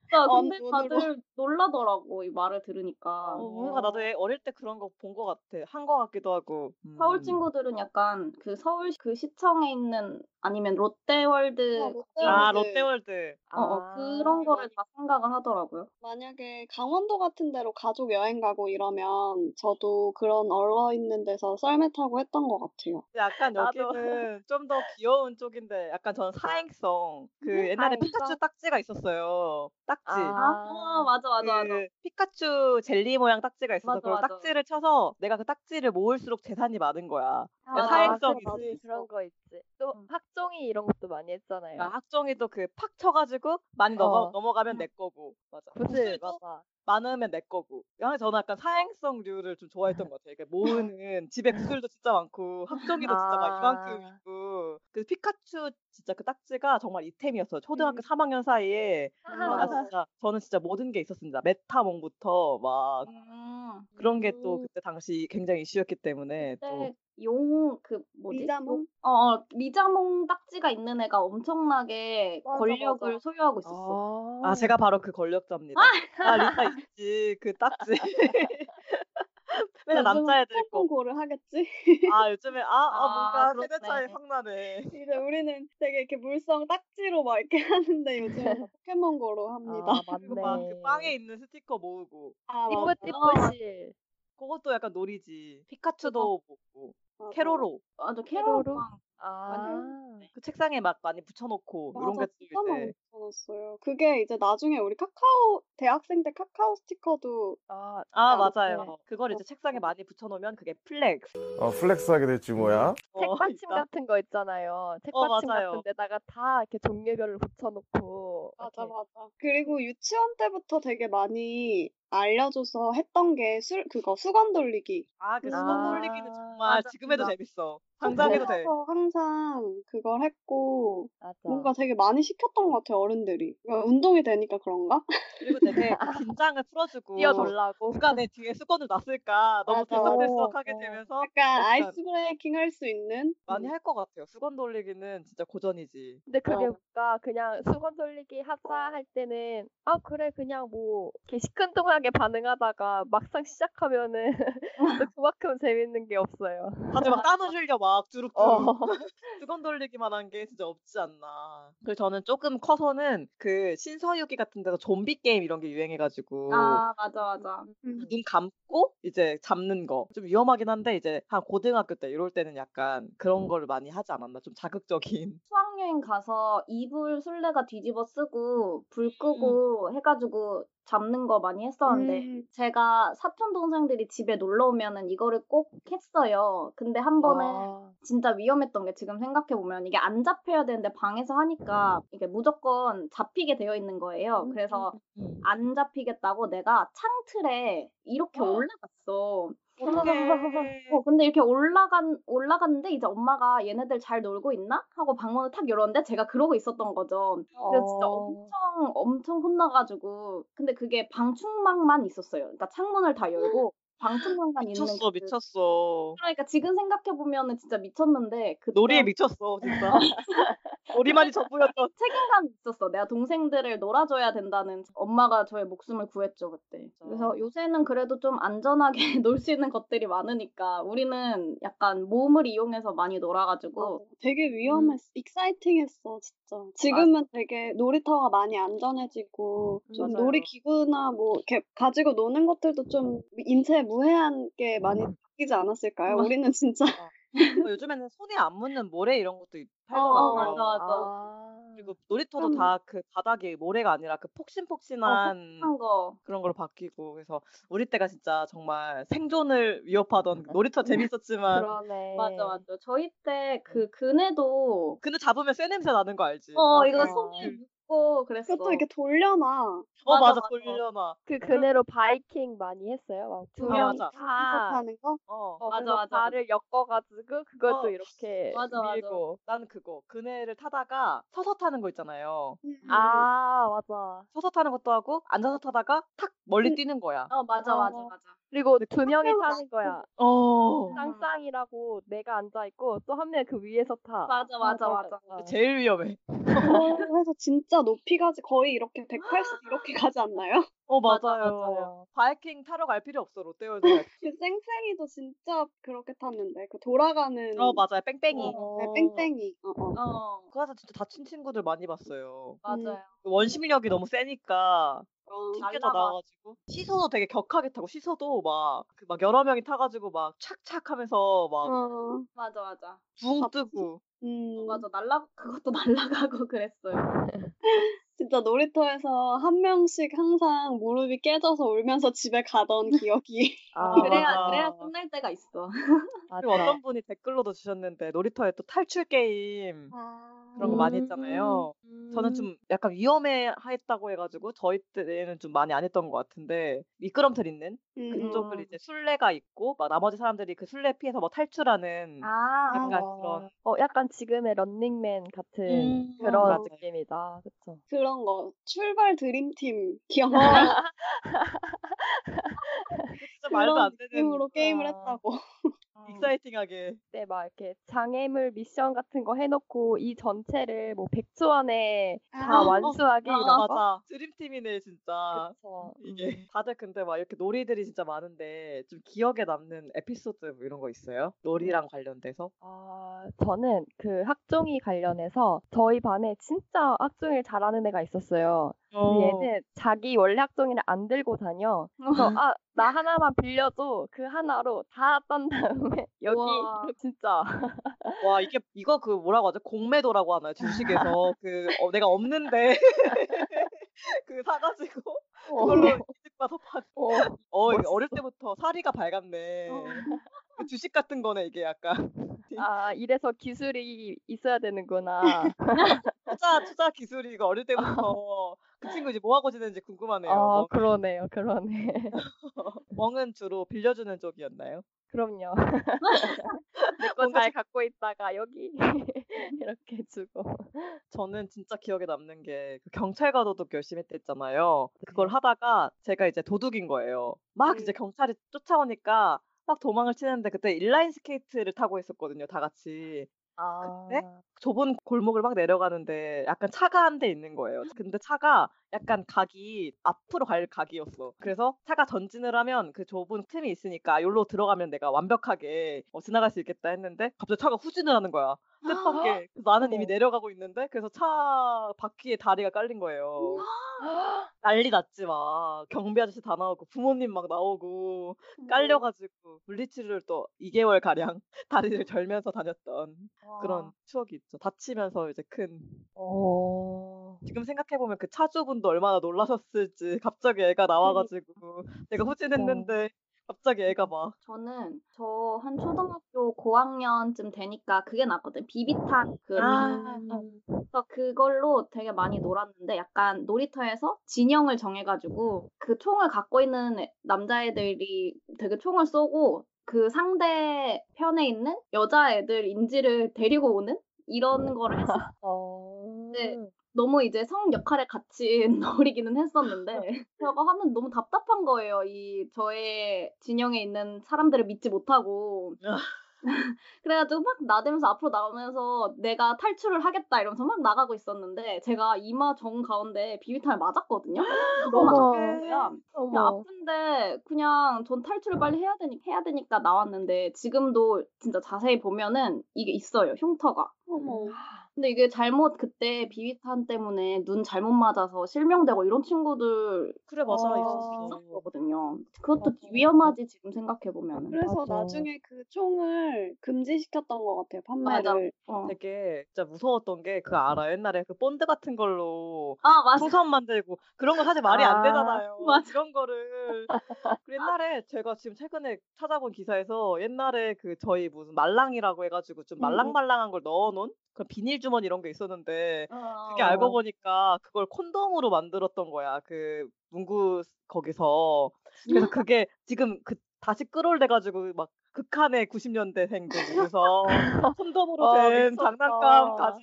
Speaker 3: 진짜
Speaker 1: 어,
Speaker 3: 근데
Speaker 1: 논으로.
Speaker 3: 다들 놀라더라고 이 말을 들으니까.
Speaker 4: 어, 뭔가 나도 애- 어릴 때 그런 거 본 것 같아. 한 거 같기도 하고. 음.
Speaker 3: 서울 친구들은 약간 그 서울 그 시청에 있는 아니면 롯데월드 그
Speaker 1: 아,
Speaker 4: 아
Speaker 1: 롯데월드.
Speaker 4: 롯데월드.
Speaker 3: 어, 어,
Speaker 2: 아.
Speaker 3: 그런 거를 다 생각을 하더라고요.
Speaker 1: 만약에 강원도 같은 데로 가족 여행 가고 이러면 저도 그런 얼어 있는 데서 썰매 타고 했던 것 같아요.
Speaker 4: 약간
Speaker 2: 나도.
Speaker 4: 여기는 좀 더 귀여운 쪽인데 약간 저는 사행성 그 옛날에
Speaker 2: 사행성?
Speaker 4: 피카츄 딱지가 있어요 딱지
Speaker 2: 아,
Speaker 3: 아, 맞아 맞아 맞아.
Speaker 1: 네.
Speaker 4: 그 피카츄 젤리 모양 딱지가 있어서
Speaker 3: 맞아,
Speaker 4: 그걸
Speaker 3: 맞아.
Speaker 4: 딱지를 쳐서 내가 그 딱지를 모을수록 재산이 많은 거야
Speaker 3: 아,
Speaker 4: 사행성
Speaker 2: 그치,
Speaker 4: 있을 수
Speaker 2: 네, 그런 거 있지. 또
Speaker 3: 음.
Speaker 2: 학종이 이런 것도 많이 했잖아요.
Speaker 4: 그러니까 학종이도 그 팍 쳐가지고 많이
Speaker 2: 네. 어.
Speaker 4: 넘어, 가면
Speaker 3: 음.
Speaker 4: 내 거고 맞아
Speaker 2: 그치,
Speaker 4: 구슬도
Speaker 2: 맞아.
Speaker 4: 많으면 내 거고 그냥 저는 약간 사행성류를 좀 좋아했던 것 같아요 이게 모으는 집에 구슬도 진짜 많고 학종이도 진짜 막 이만큼
Speaker 2: 아.
Speaker 4: 있고 그 피카츄 진짜 그 딱지가 정말 이템이었어요 초등학교 3학년 사이에 아,
Speaker 3: 맞아.
Speaker 4: 진짜 저는 진짜 모든 게 있었습니다 메타몽부터 막
Speaker 3: 음. 네.
Speaker 4: 그런 게 또
Speaker 2: 음.
Speaker 4: 그때 당시 굉장히 이슈였기 때문에 또
Speaker 3: 그때 용그 뭐지?
Speaker 1: 리자몽?
Speaker 3: 요- 어, 어 리자몽 딱지가 있는 애가 엄청나게
Speaker 1: 맞아,
Speaker 3: 권력을
Speaker 1: 맞아.
Speaker 3: 소유하고 있었어.
Speaker 2: 음.
Speaker 4: 아, 제가 바로 그 권력자입니다. 아, 리타 있지. 그 딱지. 맨날
Speaker 1: 요즘은
Speaker 4: 남자애들
Speaker 1: 조금 고를 하겠지?
Speaker 4: 거아 요즘에 아, 아,
Speaker 3: 아,
Speaker 4: 뭔가 세대
Speaker 3: 그렇네.
Speaker 4: 차이 확 나네
Speaker 1: 이제 우리는 되게 이렇게 물성 딱지로 막 이렇게 하는데 요즘 포켓몬 고로 합니다.
Speaker 2: 아, 맞네.
Speaker 4: 그리고 막 그 빵에 어. 있는 스티커 모으고
Speaker 1: 아,
Speaker 2: 띠뿌
Speaker 1: 맞아.
Speaker 2: 띠뿌실.
Speaker 4: 그것도 약간 놀이지 피카츄도 어, 보고
Speaker 1: 맞아.
Speaker 4: 캐로로
Speaker 3: 아저
Speaker 2: 캐롤
Speaker 3: 캐롤
Speaker 2: 빵. 아.
Speaker 4: 그 책상에 막 많이 붙여놓고
Speaker 1: 맞아,
Speaker 4: 이런 것들
Speaker 1: 진짜 많이
Speaker 4: 이제
Speaker 1: 붙여놨어요. 그게 이제 나중에 우리 카카오 대학생 때 카카오 스티커도
Speaker 2: 아,
Speaker 4: 아
Speaker 2: 아,
Speaker 4: 맞아요
Speaker 2: 네.
Speaker 4: 그걸 이제 책상에 많이 붙여놓으면 그게 플렉스
Speaker 5: 어, 플렉스하게 됐지 뭐야.
Speaker 4: 어,
Speaker 2: 책받침
Speaker 4: 있다.
Speaker 2: 같은 거 있잖아요. 책받침
Speaker 4: 맞아요.
Speaker 2: 같은 데다가 다 이렇게 종류별로 붙여놓고.
Speaker 1: 맞아
Speaker 2: 이렇게.
Speaker 1: 맞아. 그리고 유치원 때부터 되게 많이 알려줘서 했던 게 술 그거 수건 돌리기.
Speaker 4: 아, 그
Speaker 1: 음.
Speaker 4: 수건 돌리기는
Speaker 2: 아,
Speaker 4: 정말
Speaker 2: 맞아,
Speaker 4: 지금 해도
Speaker 2: 맞아.
Speaker 4: 재밌어. 당장 해도 돼.
Speaker 1: 그래서 항상 그걸 했고
Speaker 2: 맞아.
Speaker 1: 뭔가 되게 많이 시켰던 것 같아요 어른들이. 그러니까 운동이 되니까 그런가?
Speaker 4: 그리고 되게 긴장을 풀어주고
Speaker 2: 뛰어놀라고.
Speaker 4: 누가 내 뒤에 수건을 놨을까 너무
Speaker 1: 맞아.
Speaker 4: 들썩들썩하게
Speaker 2: 어,
Speaker 4: 되면서
Speaker 1: 약간
Speaker 4: 약간-
Speaker 1: 아이스 브레이킹 할 수 있는. 음.
Speaker 4: 많이 할 것 같아요. 수건 돌리기는 진짜 고전이지.
Speaker 2: 근데 그게
Speaker 1: 어.
Speaker 2: 뭔가 그냥 수건 돌리기 하자 할 때는 아 그래 그냥 뭐 이렇게 시큰둥하게 반응하다가 막상 시작하면은 또 그만큼 재밌는 게 없어요.
Speaker 4: 다들 막 땀을 흘려 막 주룩주룩
Speaker 2: 어.
Speaker 4: 수건 돌리기만 한 게 진짜 없지 않나. 그리고 저는 조금 커서는 그 신서유기 같은 데서 좀비 게임 이런 게 유행해가지고
Speaker 3: 아 맞아 맞아.
Speaker 1: 음.
Speaker 4: 눈 감고 이제 잡는 거 좀 위험하긴 한데 이제 한 고등학교 때 이럴 때는 약간 그런 걸 많이 하지 않았나 좀 자극적인
Speaker 3: 수학여행 가서 이불 술래가 뒤집어 쓰고
Speaker 1: 음.
Speaker 3: 불 끄고 해가지고 잡는 거 많이 했었는데
Speaker 1: 음,
Speaker 3: 제가 사촌 동생들이 집에 놀러 오면은 이거를 꼭 했어요. 근데 한 번은
Speaker 2: 아,
Speaker 3: 진짜 위험했던 게 지금 생각해 보면 이게 안 잡혀야 되는데 방에서 하니까 이게 무조건 잡히게 되어 있는
Speaker 1: 음.
Speaker 3: 거예요. 그래서 안 잡히겠다고 내가 창틀에 이렇게
Speaker 4: 어. 네.
Speaker 3: 올라갔어.
Speaker 4: 어떡해.
Speaker 3: 어, 근데 이렇게 올라간, 올라갔는데 이제 엄마가 얘네들 잘 놀고 있나? 하고 방문을 탁 열었는데 제가 그러고 있었던 거죠. 그래서 진짜
Speaker 2: 어.
Speaker 3: 엄청, 엄청 혼나가지고. 근데 그게 방충망만 있었어요. 그러니까 창문을 다 열고 방충망만 있는.
Speaker 4: 미쳤어
Speaker 3: 그-
Speaker 4: 미쳤어
Speaker 3: 그러니까 지금 생각해보면 은 진짜 미쳤는데. 그때
Speaker 4: 놀이에 미쳤어 진짜 놀이만이 전부였던
Speaker 3: 책임감이 있었어. 내가 동생들을 놀아줘야 된다는 엄마가 저의 목숨을 구했죠, 그때. 그래서 요새는 그래도 좀 안전하게 놀 수 있는 것들이 많으니까 우리는 약간 몸을 이용해서 많이
Speaker 4: 어.
Speaker 3: 놀아가지고
Speaker 1: 맞아. 어,
Speaker 4: 음.
Speaker 1: 되게 위험했어. 익사이팅했어, 진짜. 지금은 되게 놀이터가 많이 안전해지고, 좀
Speaker 4: 맞아요.
Speaker 1: 놀이기구나 뭐, 이렇게 가지고 노는 것들도 좀 인체에 무해한 게 많이
Speaker 4: 음.
Speaker 1: 바뀌지 않았을까요?
Speaker 3: 맞아.
Speaker 1: 우리는 진짜.
Speaker 4: 뭐 요즘에는 손에 안 묻는 모래 이런 것도
Speaker 3: 어,
Speaker 4: 팔더라고요
Speaker 3: 맞아, 맞아.
Speaker 2: 아.
Speaker 4: 그리고 놀이터도
Speaker 1: 음.
Speaker 4: 다 그 바닥에 모래가 아니라 그
Speaker 3: 어,
Speaker 4: 폭신폭신한
Speaker 3: 한 거.
Speaker 4: 그런 걸로 바뀌고 그래서 우리 때가 진짜 정말 생존을 위협하던 놀이터 재밌었지만
Speaker 2: 그러네.
Speaker 3: 맞아, 맞아. 저희 때 그 그네도
Speaker 4: 근데 잡으면 쇠 냄새 나는 거 알지?
Speaker 3: 어,
Speaker 4: 아,
Speaker 3: 이거
Speaker 2: 맞아.
Speaker 3: 손에 묻고 그랬어.
Speaker 1: 그것도 이렇게 돌려놔.
Speaker 4: 어
Speaker 3: 맞아,
Speaker 4: 맞아
Speaker 3: 맞아.
Speaker 4: 돌려놔
Speaker 2: 그 그네로 바이킹 많이 했어요. 막 두
Speaker 4: 아,
Speaker 2: 명이
Speaker 4: 맞아.
Speaker 1: 아.
Speaker 2: 다.
Speaker 1: 하는 거?
Speaker 4: 어
Speaker 2: 어,
Speaker 3: 맞아,
Speaker 2: 그래서
Speaker 3: 맞아.
Speaker 2: 발을 엮어가지고 그걸
Speaker 4: 어.
Speaker 2: 또 이렇게
Speaker 3: 맞아, 맞아.
Speaker 2: 밀고.
Speaker 4: 난 그거 그네를 타다가 서서 타는 거 있잖아요.
Speaker 1: 음,
Speaker 2: 아 맞아.
Speaker 4: 서서 타는 것도 하고 앉아서 타다가 탁 멀리
Speaker 1: 음.
Speaker 4: 뛰는 거야.
Speaker 3: 어, 맞아, 맞아,
Speaker 2: 어.
Speaker 3: 맞아.
Speaker 2: 그리고 두 명이
Speaker 1: 명은
Speaker 2: 타는 거야.
Speaker 4: 어.
Speaker 2: 쌍쌍이라고 내가 앉아 있고 또 한 명 그 위에서 타.
Speaker 3: 맞아, 맞아, 맞아.
Speaker 4: 제일 위험해.
Speaker 1: 어, 그거 해서 진짜 높이까지 거의 이렇게 180 이렇게 가지 않나요?
Speaker 4: 어
Speaker 2: 맞아,
Speaker 4: 맞아요.
Speaker 2: 맞아요.
Speaker 4: 바이킹 타러 갈 필요 없어 롯데월드. 갈 필요
Speaker 1: 그 쌩쌩이도 진짜 그렇게 탔는데, 그 돌아가는.
Speaker 4: 없어. 어 맞아요 뺑뺑이.
Speaker 1: 어, 네, 뺑뺑이. 어, 어.
Speaker 3: 어,
Speaker 4: 그 가서 진짜 다친 친구들 많이 봤어요.
Speaker 3: 맞아요.
Speaker 4: 그 원심력이 너무 세니까
Speaker 1: 어.
Speaker 4: 튕겨져
Speaker 3: 날라가.
Speaker 4: 나와가지고 시소도 되게 격하게 타고 시소도 막막 그 막 여러 명이 타가지고 막 착착하면서 막
Speaker 1: 어.
Speaker 3: 맞아, 맞아.
Speaker 4: 붕
Speaker 1: 아,
Speaker 4: 뜨고
Speaker 1: 음.
Speaker 3: 맞아, 날라, 그것도 날라가고 그랬어요.
Speaker 1: 진짜 놀이터에서 한 명씩 항상 무릎이 깨져서 울면서 집에 가던 기억이.
Speaker 2: 아,
Speaker 3: 어, 그래야,
Speaker 4: 맞아.
Speaker 3: 그래야 끝날 때가 있어.
Speaker 4: 그리고 어떤 분이 댓글로도 주셨는데 놀이터에 또 탈출 게임
Speaker 1: 아.
Speaker 4: 그런 거 많이 했잖아요.
Speaker 2: 음.
Speaker 4: 저는 좀 약간 위험해 했다고 해가지고 저희 때는 좀 많이 안 했던 것 같은데 미끄럼틀 있는
Speaker 1: 음,
Speaker 4: 그쪽을
Speaker 3: 음.
Speaker 4: 이제 술래가 있고 막 나머지 사람들이 그 술래 피해서 뭐 탈출하는
Speaker 3: 아,
Speaker 4: 약간 그런
Speaker 2: 어, 약간 지금의 런닝맨 같은
Speaker 4: 음,
Speaker 2: 그런
Speaker 4: 맞아요.
Speaker 2: 느낌이다. 그쵸?
Speaker 1: 그런 거. 출발 드림팀 기억나요?
Speaker 4: 진짜
Speaker 1: 그런
Speaker 4: 말도 안 되는
Speaker 1: 느낌으로 게임을
Speaker 2: 아.
Speaker 1: 했다고.
Speaker 4: 어. 익사이팅하게
Speaker 2: 때 막 이렇게 장애물 미션 같은 거 해놓고 이 전체를 뭐 100초 안에 다
Speaker 1: 아,
Speaker 2: 완수하기 이런
Speaker 4: 아,
Speaker 2: 거.
Speaker 4: 맞아 드림팀이네 진짜
Speaker 2: 그쵸.
Speaker 4: 이게 네. 다들 근데 막 이렇게 놀이들이 진짜 많은데 좀 기억에 남는 에피소드 뭐 이런 거 있어요? 놀이랑 관련돼서?
Speaker 2: 아, 저는 그 학종이 관련해서 저희 반에 진짜 학종일 잘하는 애가 있었어요. 근데 얘는 자기 원래 학종이를 안 들고 다녀. 그래서 아, 나 하나만 빌려줘. 그 하나로 다 딴 다음에 여기
Speaker 3: 우와.
Speaker 2: 진짜
Speaker 4: 와 이게 이거 그 뭐라고 하죠? 공매도라고 하나요? 주식에서 그 어, 내가 없는데 그 사가지고 그걸로 이득 봐서 파.
Speaker 2: 어,
Speaker 4: 어 이거
Speaker 2: 멋있어.
Speaker 4: 어릴 때부터 사리가 밝았네.
Speaker 1: 어.
Speaker 4: 그 주식 같은 거네 이게 약간
Speaker 2: 아, 이래서 기술이 있어야 되는구나.
Speaker 4: 투자 투자 기술이 이거 어릴 때부터 그 친구 이제 뭐 하고 지내는지 궁금하네요. 어.
Speaker 2: 아,
Speaker 4: 멍-
Speaker 2: 그러네요. 그러네.
Speaker 4: 멍은 주로 빌려주는 쪽이었나요?
Speaker 2: 그럼요. 내 거
Speaker 4: 뭔가
Speaker 2: 잘 갖고 있다가 여기 이렇게 주고.
Speaker 4: 저는 진짜 기억에 남는 게그 경찰과 도둑 열심히 했댔잖아요. 그걸 하다가 제가 이제 도둑인 거예요. 막 이제
Speaker 1: 음.
Speaker 4: 경찰이 쫓아오니까 막 도망을 치는데 그때 인라인 스케이트를 타고 있었거든요, 다 같이.
Speaker 2: 아,
Speaker 4: 좁은 골목을 막 내려가는데 약간 차가 한 대 있는 거예요.
Speaker 2: 음.
Speaker 4: 근데 차가 약간 각이 앞으로 갈 각이었어. 그래서 차가 전진을 하면 그 좁은 틈이 있으니까 여기로 들어가면 내가 완벽하게 어, 지나갈 수 있겠다 했는데 갑자기 차가 후진을 하는 거야. 뜻밖에. 그래서 나는 이미
Speaker 2: 어머.
Speaker 4: 내려가고 있는데 그래서 차 바퀴에 다리가 깔린 거예요. 난리 났지 막 경비 아저씨 다 나오고 부모님 막 나오고 깔려가지고 물리치료를 또 2개월 가량 다리를 절면서 다녔던 그런 추억이 있죠. 다치면서 이제 큰
Speaker 2: 어.
Speaker 4: 지금 생각해 보면 그 차주분도 얼마나 놀라셨을지 갑자기
Speaker 2: 음.
Speaker 4: 애가 나와가지고 내가
Speaker 2: 어.
Speaker 4: 후진했는데 갑자기 애가 막
Speaker 3: 저는 저 한 초등학교 고학년쯤 되니까 그게 나거든 비비탄 그
Speaker 4: 아,
Speaker 3: 그래서 그걸로 되게 많이 놀았는데 약간 놀이터에서 진영을 정해가지고 그 총을 갖고 있는 애- 남자애들이 되게 총을 쏘고 그 상대 편에 있는 여자애들 인지를 데리고 오는 이런 거를 했었
Speaker 2: 어.
Speaker 3: 네. 너무 이제 성 역할에 갇힌 놀이기는 했었는데 저거 하면 너무 답답한 거예요. 이 저의 진영에 있는 사람들을 믿지 못하고
Speaker 2: 아.
Speaker 3: 그래가지고 막 나대면서 앞으로 나오면서 내가 탈출을 하겠다 이러면서 막 나가고 있었는데 제가 이마 정 가운데 비비탄을 맞았거든요. 너무
Speaker 2: 어머.
Speaker 3: 아픈 거야. 그냥
Speaker 2: 네. 어머.
Speaker 3: 아픈데 그냥 전 탈출을 빨리 해야 되니 해야 되니까 나왔는데 지금도 진짜 자세히 보면은 이게 있어요 흉터가.
Speaker 1: 어머.
Speaker 3: 근데 이게 잘못 그때 비비탄 때문에 눈 잘못 맞아서 실명되고 이런 친구들
Speaker 4: 그래 맞아
Speaker 2: 어.
Speaker 4: 있었어.
Speaker 3: 있었거든요. 그것도
Speaker 2: 맞아요.
Speaker 3: 위험하지 지금 생각해 보면은.
Speaker 1: 그래서
Speaker 2: 맞아.
Speaker 1: 나중에 그 총을 금지시켰던 것 같아요,
Speaker 3: 맞아.
Speaker 1: 판매를.
Speaker 3: 어.
Speaker 4: 되게 진짜 무서웠던 게 그 알아 옛날에 그 본드 같은 걸로
Speaker 3: 아 맞아.
Speaker 4: 풍선 만들고 그런 거 사실 말이
Speaker 2: 아,
Speaker 4: 안 되잖아요.
Speaker 3: 맞아.
Speaker 4: 이런 거를 그 옛날에 제가 지금 최근에 찾아본 기사에서 옛날에 그 저희 무슨 말랑이라고 해가지고 좀
Speaker 1: 음.
Speaker 4: 말랑말랑한 걸 넣어놓은 그런 비닐 주머니 이런 게 있었는데
Speaker 3: 어.
Speaker 4: 그게
Speaker 2: 어.
Speaker 4: 알고 보니까 그걸 콘돔으로 만들었던 거야. 그 문구 거기서
Speaker 2: 음.
Speaker 4: 그래서 그게 지금 그 다시 끌어올려가지고 막 극한의 90년대생들 그래서 콘돔으로
Speaker 2: 어,
Speaker 4: 된
Speaker 2: 미쳤다.
Speaker 4: 장난감 가지고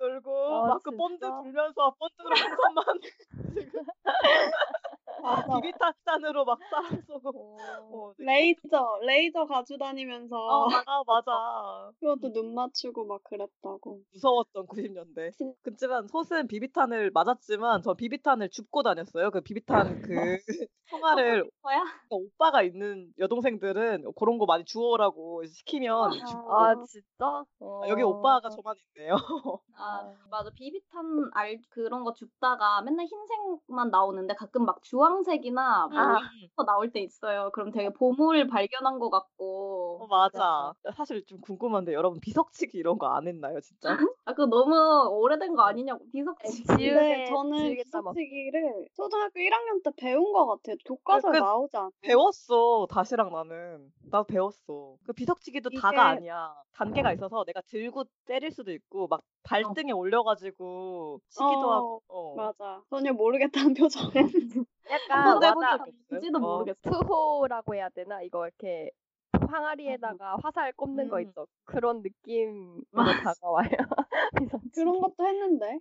Speaker 4: 놀고
Speaker 2: 아,
Speaker 4: 막 그 본드
Speaker 2: 진짜?
Speaker 4: 불면서 본드로 풍선만 지금 비비탄으로 막 사람 쏘고 어, 되게
Speaker 1: 레이저, 레이저 가져다니면서
Speaker 4: 어, 아 맞아
Speaker 1: 그것도 눈 맞추고 막 그랬다고.
Speaker 4: 무서웠던 90년대
Speaker 1: 진-
Speaker 4: 그치만 소스는 비비탄을 맞았지만 전 비비탄을 줍고 다녔어요 그 비비탄 그 통화를
Speaker 3: 거야?
Speaker 4: 오빠가 있는 여동생들은 그런 거 많이 주워오라고 시키면 줍고
Speaker 2: 아, 진짜? 어.
Speaker 4: 아, 여기 오빠가 저만 있네요
Speaker 3: 아 맞아. 비비탄 알 그런 거 줍다가 맨날 흰색만 나오는데 가끔 막 주황색이나 뭐
Speaker 2: 아.
Speaker 3: 이런 거 나올 때 있어요. 그럼 되게 보물 발견한 거 같고.
Speaker 4: 어, 맞아. 사실 좀 궁금한데 여러분 비석치기 이런 거 안 했나요, 진짜?
Speaker 3: 아 그거 너무 오래된 거 아니냐고
Speaker 2: 지우-
Speaker 3: 비석치.
Speaker 1: 근데
Speaker 2: 지우개,
Speaker 1: 저는
Speaker 2: 지우개 따먹-
Speaker 1: 기석치기를 초등학교 1학년 때 배운 것 같아요. 교과서에
Speaker 4: 그-
Speaker 1: 나오지 않아요?
Speaker 4: 배웠어. 다시랑 나는. 나도 배웠어. 그 비석치기도 다가
Speaker 1: 이게-
Speaker 4: 아니야. 단계가 있어서 내가 들고 때릴 수도 있고 막 발등에 올려가지고 치기도
Speaker 1: 어,
Speaker 4: 하고. 어.
Speaker 1: 맞아. 전혀 모르겠다는 표정.
Speaker 2: 약간
Speaker 3: 한번
Speaker 4: 맞아.
Speaker 3: 해본
Speaker 2: 와다
Speaker 3: 적이 없는지도
Speaker 4: 어.
Speaker 3: 모르겠어.
Speaker 2: 투호라고 해야 되나? 이거 이렇게 항아리에다가 화살 꼽는 거
Speaker 4: 음.
Speaker 2: 있죠. 그런 느낌으로
Speaker 3: 맞아.
Speaker 2: 다가와요. 그래서
Speaker 1: 그런 것도 했는데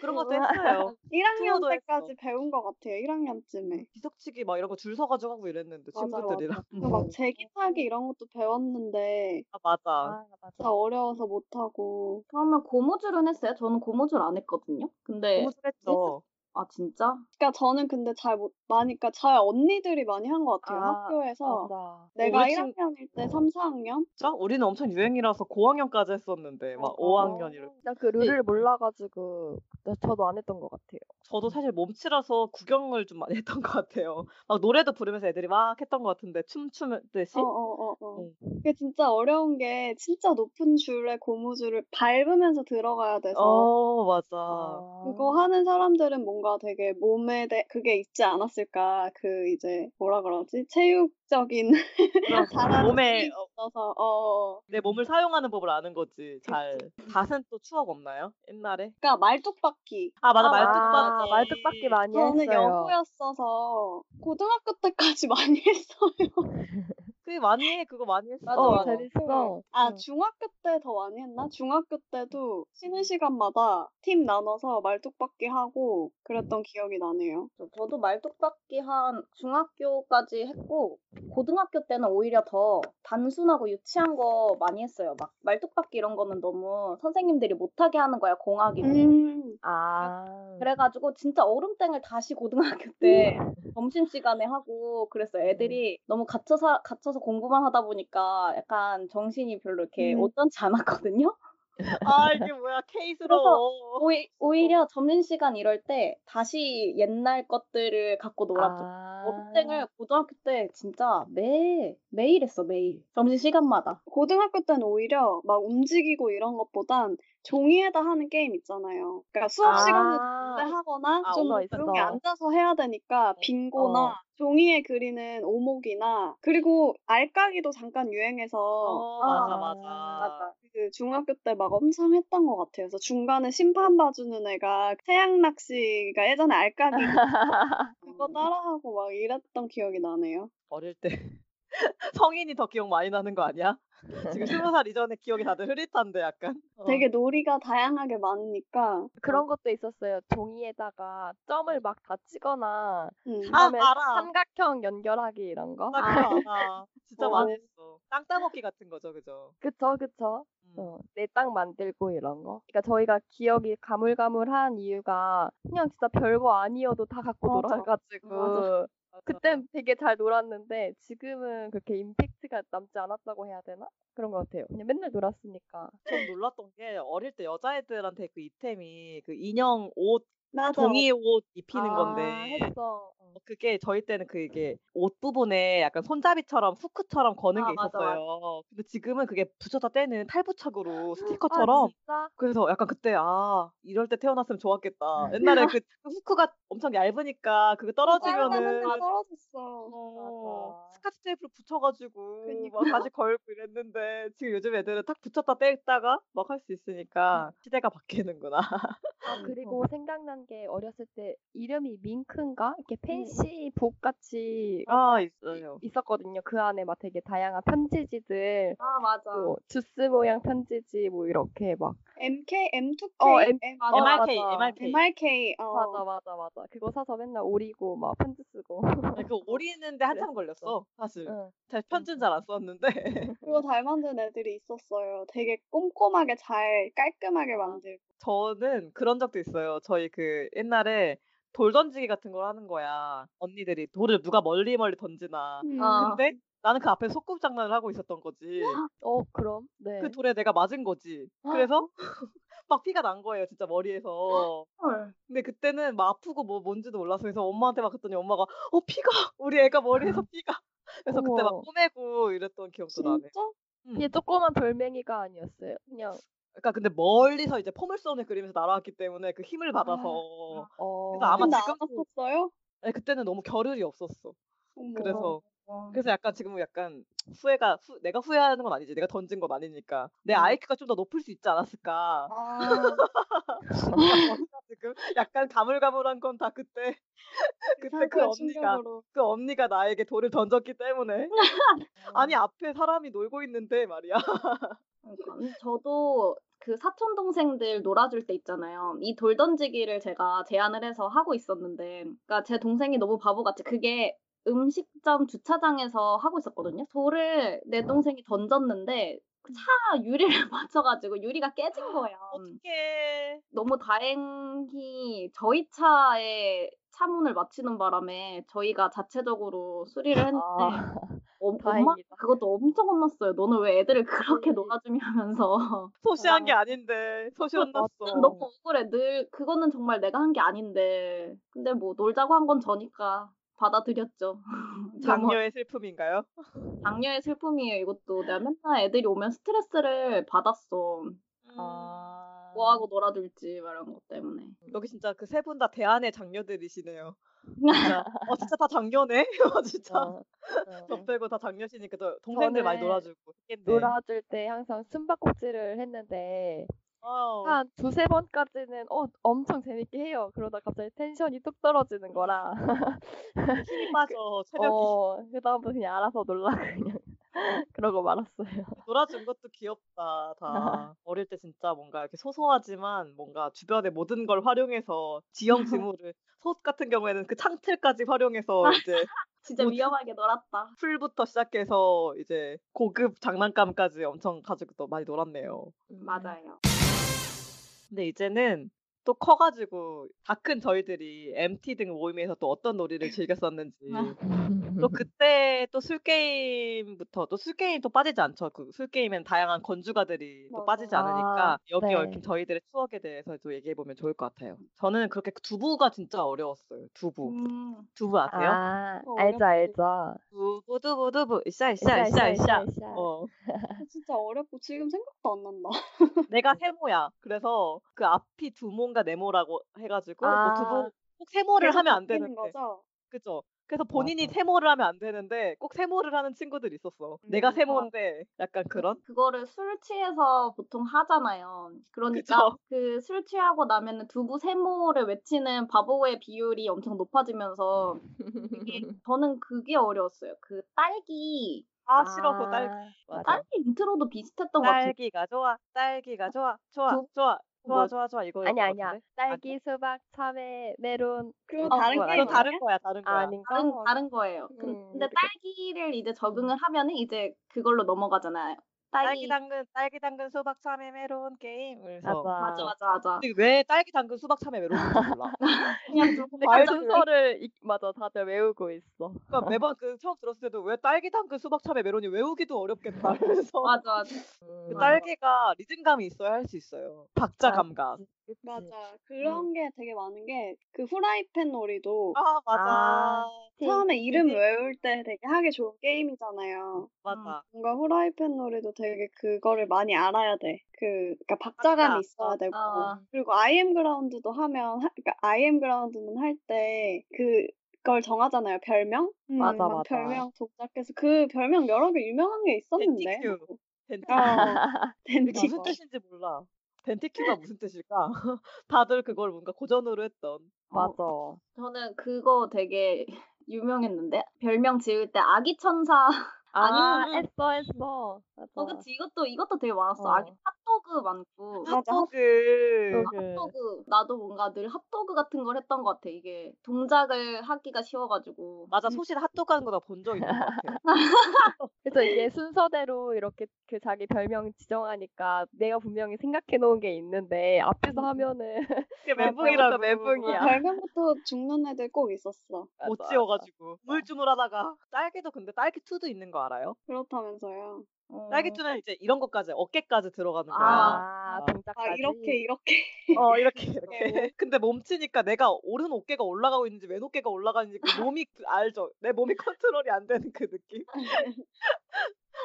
Speaker 4: 그런 것도 했어요.
Speaker 1: 1학년
Speaker 4: 투어도
Speaker 1: 때까지
Speaker 4: 했어.
Speaker 1: 배운 것 같아요. 1학년쯤에.
Speaker 4: 네. 기석치기 막 이런 거 줄 서가지고 하고 이랬는데
Speaker 1: 맞아,
Speaker 4: 친구들이랑.
Speaker 1: 그리고 막 제기 타기 이런 것도 배웠는데
Speaker 4: 아, 맞아.
Speaker 2: 아, 맞아.
Speaker 1: 진짜 어려워서 못하고
Speaker 3: 그러면 고무줄은 했어요? 저는 고무줄 안 했거든요. 근데
Speaker 4: 너무 잘했죠.
Speaker 3: 아 진짜?
Speaker 1: 그러니까 저는 근데 잘 못 많으니까 저희 언니들이 많이 한 것 같아요.
Speaker 3: 아,
Speaker 1: 학교에서
Speaker 2: 맞아.
Speaker 1: 내가
Speaker 4: 우리 친-
Speaker 1: 1학년일 때 3, 4학년
Speaker 4: 진짜? 우리는 엄청 유행이라서 고학년까지 했었는데 막
Speaker 2: 어.
Speaker 4: 5학년 이렇게.
Speaker 2: 나그 룰을 몰라가지고 나- 저도 안 했던 것 같아요.
Speaker 4: 저도 사실 몸치라서 구경을 좀 많이 했던 것 같아요. 막 노래도 부르면서 애들이 막 했던 것 같은데 춤추듯이.
Speaker 1: 어어어어
Speaker 3: 네.
Speaker 4: 응.
Speaker 1: 그게 진짜 어려운 게 진짜 높은 줄에 고무줄을 밟으면서 들어가야 돼서
Speaker 4: 어, 맞아.
Speaker 2: 어.
Speaker 1: 그거 하는 사람들은 뭔가 되게 몸에 대, 그게 있지 않았을까 그 이제 뭐라 그러지 체육적인
Speaker 4: 그런
Speaker 1: 잘하는
Speaker 4: 몸에
Speaker 1: 힘이 있어서 어, 어.
Speaker 4: 내 몸을 사용하는 법을 아는 거지. 잘. 닷은 또 추억 없나요? 옛날에?
Speaker 1: 그러니까 말뚝박기
Speaker 4: 아 맞아
Speaker 3: 아,
Speaker 4: 말뚝박기.
Speaker 2: 아, 말뚝박기 많이
Speaker 1: 저는
Speaker 2: 했어요.
Speaker 1: 여고였어서 고등학교 때까지 많이 했어요
Speaker 4: 그게 많이 해. 그거 많이 했어.
Speaker 3: 맞아,
Speaker 2: 어,
Speaker 3: 맞아.
Speaker 2: 재밌어.
Speaker 1: 아
Speaker 2: 응.
Speaker 1: 중학교 때 더 많이 했나 중학교 때도 쉬는 시간마다 팀 나눠서 말뚝박기 하고 그랬던 기억이 나네요
Speaker 3: 저- 저도 말뚝박기 한 중학교까지 했고 고등학교 때는 오히려 더 단순하고 유치한 거 많이 했어요. 막 말뚝박기 이런 거는 너무 선생님들이 못하게 하는 거야 공학이고.
Speaker 1: 음
Speaker 2: 아,
Speaker 3: 그래가지고 진짜 얼음땡을 다시 고등학교 때 점심 시간에 하고 그랬어요. 애들이 너무 갇혀 서 갇혀서 공부만 하다 보니까 약간 정신이 별로 이렇게
Speaker 1: 음.
Speaker 3: 온전치 않았거든요.
Speaker 4: 아 이게 뭐야 케이스러워.
Speaker 3: 오히, 오히려 점심 시간 이럴 때 다시 옛날 것들을 갖고 놀았죠.
Speaker 2: 아.
Speaker 3: 얼음땡을 고등학교 때 진짜 매 매일 했어 매일 점심 시간마다.
Speaker 1: 고등학교 때는 오히려 막 움직이고 이런 것보단 종이에다 하는 게임 있잖아요. 그러니까 수업 시간에
Speaker 2: 아,
Speaker 1: 하거나
Speaker 4: 아,
Speaker 1: 좀
Speaker 2: 있어,
Speaker 1: 조용히
Speaker 2: 있어.
Speaker 1: 앉아서 해야 되니까 빙고나
Speaker 2: 어.
Speaker 1: 종이에 그리는 오목이나 그리고 알까기도 잠깐 유행해서
Speaker 4: 어,
Speaker 3: 아,
Speaker 4: 맞아 맞아.
Speaker 1: 그 중학교 때 막 엄청 했던 것 같아요. 그래서 중간에 심판 봐주는 애가 태양 낚시가 예전에 알까기 그거 따라하고 막 이랬던 기억이 나네요.
Speaker 4: 어릴 때 성인이 더 기억 많이 나는 거 아니야? 지금 스무 살 이전에 기억이 다들 흐릿한데 약간. 어.
Speaker 1: 되게 놀이가 다양하게 많으니까
Speaker 2: 그런 것도 있었어요. 종이에다가 점을 막 다 찍거나
Speaker 1: 음.
Speaker 4: 아
Speaker 2: 그다음에
Speaker 4: 알아.
Speaker 2: 삼각형 연결하기 이런 거.
Speaker 4: 나 아, 그거 알아. 진짜
Speaker 1: 어.
Speaker 4: 많이 했어. 땅 따먹기 같은 거죠, 그죠?
Speaker 2: 그쵸, 그쵸.
Speaker 4: 음.
Speaker 2: 어, 내 땅 만들고 이런 거. 그러니까 저희가 기억이 가물가물한 이유가 그냥 진짜 별거 아니어도 다 갖고
Speaker 1: 맞아.
Speaker 2: 놀아가지고
Speaker 4: 맞아.
Speaker 2: 그땐 되게 잘 놀았는데 지금은 그렇게 임팩트가 남지 않았다고 해야 되나? 그런 것 같아요. 그냥 맨날 놀았으니까.
Speaker 4: 좀 놀랐던 게 어릴 때 여자애들한테 그 이템이 그 인형 옷
Speaker 1: 맞아.
Speaker 4: 종이 옷 입히는
Speaker 2: 아,
Speaker 4: 건데
Speaker 2: 했어. 어.
Speaker 4: 그게 저희 때는 그게 옷 부분에 약간 손잡이처럼 후크처럼 거는
Speaker 3: 아,
Speaker 4: 게
Speaker 3: 맞아,
Speaker 4: 있었어요.
Speaker 3: 맞아.
Speaker 4: 근데 지금은 그게 붙였다 떼는 탈부착으로
Speaker 2: 아,
Speaker 4: 스티커처럼
Speaker 2: 진짜?
Speaker 4: 그래서 약간 그때 아 이럴 때 태어났으면 좋았겠다. 옛날에 그 후크가 엄청 얇으니까 그거 떨어지면은
Speaker 1: 아, 떨어졌어.
Speaker 4: 어,
Speaker 2: 맞아.
Speaker 4: 스카치 테이프로 붙여가지고
Speaker 1: 그니까.
Speaker 4: 막 다시 걸고 이랬는데 지금 요즘 애들은 딱 붙였다 뗐다가 막 할 수 있으니까 시대가 바뀌는구나.
Speaker 2: 아, 그리고 생각난 게 어렸을 때 이름이 밍크인가? 이렇게
Speaker 4: 음.
Speaker 2: 펜시북 같이
Speaker 4: 아 있어요.
Speaker 2: 있었거든요. 그 안에 막 되게 다양한 편지지들,
Speaker 3: 아 맞아.
Speaker 2: 뭐 주스 모양 편지지, 뭐 이렇게 막.
Speaker 1: MK, M2K,
Speaker 2: 어, M-
Speaker 1: M-
Speaker 2: 어,
Speaker 4: MRK
Speaker 2: 맞아.
Speaker 4: MRK.
Speaker 1: MRK. 어.
Speaker 2: 맞아, 맞아, 맞아. 그거 사서 맨날 오리고 막 편지 쓰고.
Speaker 4: 그 오리는데 한참 걸렸어 사실.
Speaker 2: 응.
Speaker 4: 잘 편지는 잘 안 썼는데.
Speaker 1: 그거 잘 만든 애들이 있었어요. 되게 꼼꼼하게 잘 깔끔하게 만들고.
Speaker 4: 저는 그런 적도 있어요. 저희 그 옛날에 돌 던지기 같은 걸 하는 거야. 언니들이 돌을 누가 멀리 멀리
Speaker 3: 아.
Speaker 4: 던지나.
Speaker 1: 음.
Speaker 4: 근데 나는 그 앞에 소꿉 장난을 하고 있었던 거지.
Speaker 2: 어, 그럼. 네.
Speaker 4: 그 돌에 내가 맞은 거지. 그래서 막 피가 난 거예요, 진짜 머리에서.
Speaker 3: 헐.
Speaker 4: 근데 그때는 막 아프고 뭐 뭔지도 몰라서 그래서 엄마한테 막 했더니 엄마가 어 피가 우리 애가 머리에서 피가. 그래서 그때 막
Speaker 2: 어머.
Speaker 4: 꼬매고 이랬던 기억도 나네.
Speaker 1: 진짜?
Speaker 2: 이게 조그만 돌멩이가 아니었어요. 그냥
Speaker 4: 그러니까 근데 멀리서 이제 포물선을 그리면서 날아왔기 때문에 그 힘을 받아서
Speaker 2: 어.
Speaker 4: 그래서 아마
Speaker 1: 근데 안
Speaker 4: 지금도-
Speaker 1: 왔었어요?
Speaker 4: 아니, 네, 그때는 너무 겨를이 없었어.
Speaker 1: 어머.
Speaker 4: 그래서
Speaker 3: 어.
Speaker 4: 그래서 약간 지금 은 약간 후회가 후, 내가 후회하는 건 아니지. 내가 던진 건
Speaker 3: 음. 어.
Speaker 4: 아니니까 내 IQ가 좀 더 높을 수 있지 않았을까.
Speaker 1: 아,
Speaker 4: 그래서 지금 약간 가물가물한 건 다 그때 그때 그
Speaker 1: 상쾌한
Speaker 4: 언니가
Speaker 1: 충격으로.
Speaker 4: 그 언니가 나에게 돌을 던졌기 때문에 아니 앞에 사람이 놀고 있는데 말이야.
Speaker 3: 어. 그러니까 저도 그 사촌 동생들 놀아줄 때 있잖아요. 이 돌 던지기를 제가 제안을 해서 하고 있었는데, 그러니까 제 동생이 너무 바보같이 그게 음식점 주차장에서 하고 있었거든요. 돌을
Speaker 2: 아.
Speaker 3: 내 동생이 던졌는데 그 차 유리를 맞춰가지고 유리가 깨진 거예요.
Speaker 2: 아,
Speaker 4: 어떻게
Speaker 3: 너무 다행히 저희 차에 차문을 맞히는 바람에 저희가 자체적으로 수리를 했는데
Speaker 2: 아,
Speaker 3: 엄, 엄마
Speaker 2: 다행이다.
Speaker 3: 그것도 엄청 혼났어요. 너는 왜 애들을 그렇게
Speaker 2: 음.
Speaker 3: 놀아주냐면서.
Speaker 4: 소시한 게 아닌데 소시였났어.
Speaker 2: 맞아.
Speaker 3: 너무 억울해. 늘 그거는 정말 내가 한 게 아닌데. 근데 뭐 놀자고 한 건 저니까 받아들였죠.
Speaker 4: 장녀의 슬픔인가요?
Speaker 3: 의 슬픔이에요. 이것도 내가 맨날 애들이 오면 스트레스를 받았어.
Speaker 2: 아.
Speaker 3: 뭐 하고 놀아줄지 말한 것 때문에.
Speaker 4: 음. 여기 진짜 그 세 분 다 대안의 장녀들이시네요. 진짜. 어 진짜 다 장녀네. 어 진짜.
Speaker 2: 어, 어.
Speaker 4: 저 빼고 다 장녀시니까 또 동생들 많이
Speaker 2: 저는
Speaker 4: 놀아주고 했겠네.
Speaker 2: 놀아줄 때 항상 숨바꼭질을 했는데
Speaker 4: 어.
Speaker 2: 한 두세 번까지는 어, 엄청 재밌게 해요. 그러다 갑자기 텐션이 뚝 떨어지는 거라
Speaker 4: 그 힘이 빠져 체력이
Speaker 2: 어, 그다음부터 그냥 알아서 놀라 그냥 그러고 말았어요.
Speaker 4: 놀아준 것도 귀엽다. 다 어릴 때 진짜 뭔가 이렇게 소소하지만 뭔가 주변의 모든 걸 활용해서 지형지물을 솥 같은 경우에는 그 창틀까지 활용해서 이제
Speaker 3: 진짜
Speaker 4: 뭐,
Speaker 3: 위험하게 놀았다.
Speaker 4: 풀부터 시작해서 이제 고급 장난감까지 엄청 가지고 또 많이 놀았네요.
Speaker 3: 음, 맞아요.
Speaker 4: 근데 이제는 또 커가지고 다 큰 저희들이 MT 등 모임에서 또 어떤 놀이를 즐겼었는지
Speaker 2: 아. 음.
Speaker 4: 또
Speaker 1: 음.
Speaker 4: 그때 또 술게임부터 또 술게임 또 빠지지 않죠. 그 술게임엔 다양한 건주가들이 또
Speaker 1: 맞아.
Speaker 4: 빠지지 않으니까
Speaker 2: 아,
Speaker 4: 여기
Speaker 2: 네.
Speaker 4: 얽힌 저희들의 추억에 대해서 또 얘기해보면 좋을 것 같아요. 저는 그렇게 두부가 진짜 어려웠어요. 두부.
Speaker 3: 음,
Speaker 4: 두부 아세요?
Speaker 2: 아,
Speaker 1: 어, 어렵지.
Speaker 2: 알죠, 알죠.
Speaker 4: 두부 두부 두부 으쌰 으쌰 으쌰 으쌰 어.
Speaker 1: 아, 진짜 어렵고 지금 생각도 안 난다.
Speaker 4: 내가 세모야. 그래서 그 앞이 두모인가 네모라고 해가지고 뭐
Speaker 2: 아.
Speaker 4: 두부 꼭 세모를
Speaker 1: 계속
Speaker 4: 하면 안
Speaker 1: 바뀌는
Speaker 4: 되는데
Speaker 1: 거죠?
Speaker 4: 그죠? 그래서 본인이 세모를 하면 안 되는데 꼭 세모를 하는 친구들 이 있었어. 내가
Speaker 1: 음,
Speaker 4: 세모인데 약간 그런
Speaker 3: 그거를 술 취해서 보통 하잖아요. 그러니까
Speaker 4: 그쵸.
Speaker 3: 그 술 취하고 나면은 두부 세모를 외치는 바보의 비율이 엄청 높아지면서 저는 그게 어려웠어요. 그 딸기
Speaker 4: 아 싫어 그 딸기 맞아.
Speaker 3: 딸기 인트로도 비슷했던 것 같아요.
Speaker 4: 딸기가 좋아 딸기가 좋아 좋아
Speaker 3: 두-
Speaker 4: 좋아 좋아
Speaker 3: 뭐-
Speaker 4: 좋아 좋아 이거
Speaker 2: 아니 아니야. 딸기, 수박, 참외, 메론
Speaker 1: 그거
Speaker 2: 어,
Speaker 1: 다른
Speaker 2: 그건
Speaker 1: 게임
Speaker 4: 이건
Speaker 2: 아니야.
Speaker 4: 다른 거야 다른 거야
Speaker 2: 아닌가?
Speaker 3: 다른
Speaker 4: 어.
Speaker 3: 다른 거예요. 근-
Speaker 2: 음,
Speaker 3: 근데
Speaker 4: 네.
Speaker 2: 모르겠-
Speaker 3: 딸기를
Speaker 4: 음.
Speaker 3: 이제 적응을 하면은 이제 그걸로 넘어가잖아요. 딸기
Speaker 4: 딸기 당근 딸기 당근 수박 참외 메론 게임 그래서
Speaker 3: 맞아 맞아 맞아.
Speaker 4: 근데 왜 딸기 당근 수박 참외 메론인지 몰라
Speaker 3: 그냥 좀
Speaker 2: 근데 그
Speaker 4: 말도 안 돼.
Speaker 2: 순서를 익- 맞아 다들 외우고 있어.
Speaker 4: 그러니까 매번 그 처음 들었을 때도 왜 딸기 당근 수박 참외 메론이 외우기도 어렵겠다 그래서
Speaker 3: 맞아 맞아.
Speaker 4: 그
Speaker 3: 음, 맞아.
Speaker 4: 딸기가 리듬감이 있어야 할 수 있어요 박자 감각 음.
Speaker 1: 맞아. 그런 게 되게 많은 게 그 후라이팬 놀이도
Speaker 4: 아 네. 맞아
Speaker 2: 아,
Speaker 1: 처음에 이름
Speaker 4: 이게-
Speaker 1: 외울 때 되게 하기 좋은 게임이잖아요.
Speaker 4: 맞아
Speaker 1: 뭔가 후라이팬 놀이도 되게 그거를 많이 알아야 돼. 그, 그러니까 박자감이
Speaker 4: 박자.
Speaker 1: 있어야 되고.
Speaker 3: 아.
Speaker 1: 그리고 아이엠 그라운드도 하면, 하- 그러니까 아이엠 그라운드는 할 때 그걸 정하잖아요. 별명?
Speaker 2: 맞아,
Speaker 1: 막
Speaker 2: 맞아.
Speaker 1: 별명 동작해서 그 별명 여러 개 유명한 게 있었는데.
Speaker 4: 덴티큐 덴티큐
Speaker 1: 어,
Speaker 4: 이게 무슨
Speaker 1: 덴티큐.
Speaker 4: 뜻인지 아 몰라 덴티큐가 무슨 뜻일까 다들 그걸 뭔가 고전으로 했던
Speaker 2: 맞아.
Speaker 3: 저는 그거 되게 유명했는데 별명 지을 때 아기 천사.
Speaker 2: 아
Speaker 3: 아니면은-
Speaker 2: 했어 했어. 맞아.
Speaker 3: 어 그치 이것도 이것도 되게 많았어.
Speaker 2: 어.
Speaker 3: 아기 어, 핫도그 많고.
Speaker 1: 맞아.
Speaker 3: 아,
Speaker 4: 핫도그
Speaker 2: 네.
Speaker 3: 핫도그 나도 뭔가 늘 핫도그 같은 걸 했던 것 같아 이게 동작을 하기가 쉬워가지고
Speaker 4: 맞아 소실 핫도그 하는 거나 본 적 있는 것 같아
Speaker 2: 그래서 이게 순서대로 이렇게 그 자기 별명 지정하니까 내가 분명히 생각해 놓은 게 있는데
Speaker 3: 음.
Speaker 2: 앞에서 하면은
Speaker 4: 그게
Speaker 2: 맞아,
Speaker 4: 멘붕이라고
Speaker 2: 맞아, 멘붕이야.
Speaker 1: 별명부터 죽는 애들 꼭 있었어.
Speaker 4: 못
Speaker 2: 맞아,
Speaker 4: 지어가지고 우물쭈물하다가 딸기도 근데 딸기 투도 있는 거 알아요?
Speaker 1: 그렇다면서요.
Speaker 3: 어.
Speaker 4: 딸기 투는 이제 이런 것까지 어깨까지 들어가는 거야
Speaker 2: 맞아. 아
Speaker 4: 아,
Speaker 1: 아,
Speaker 2: 동작까지.
Speaker 1: 이렇게, 이렇게.
Speaker 4: 어 이렇게 이렇게 근데 몸치니까 내가 오른 어깨가 올라가고 있는지 왼 어깨가 올라가는지 그 몸이 그- 알죠 내 몸이 컨트롤이 안 되는 그 느낌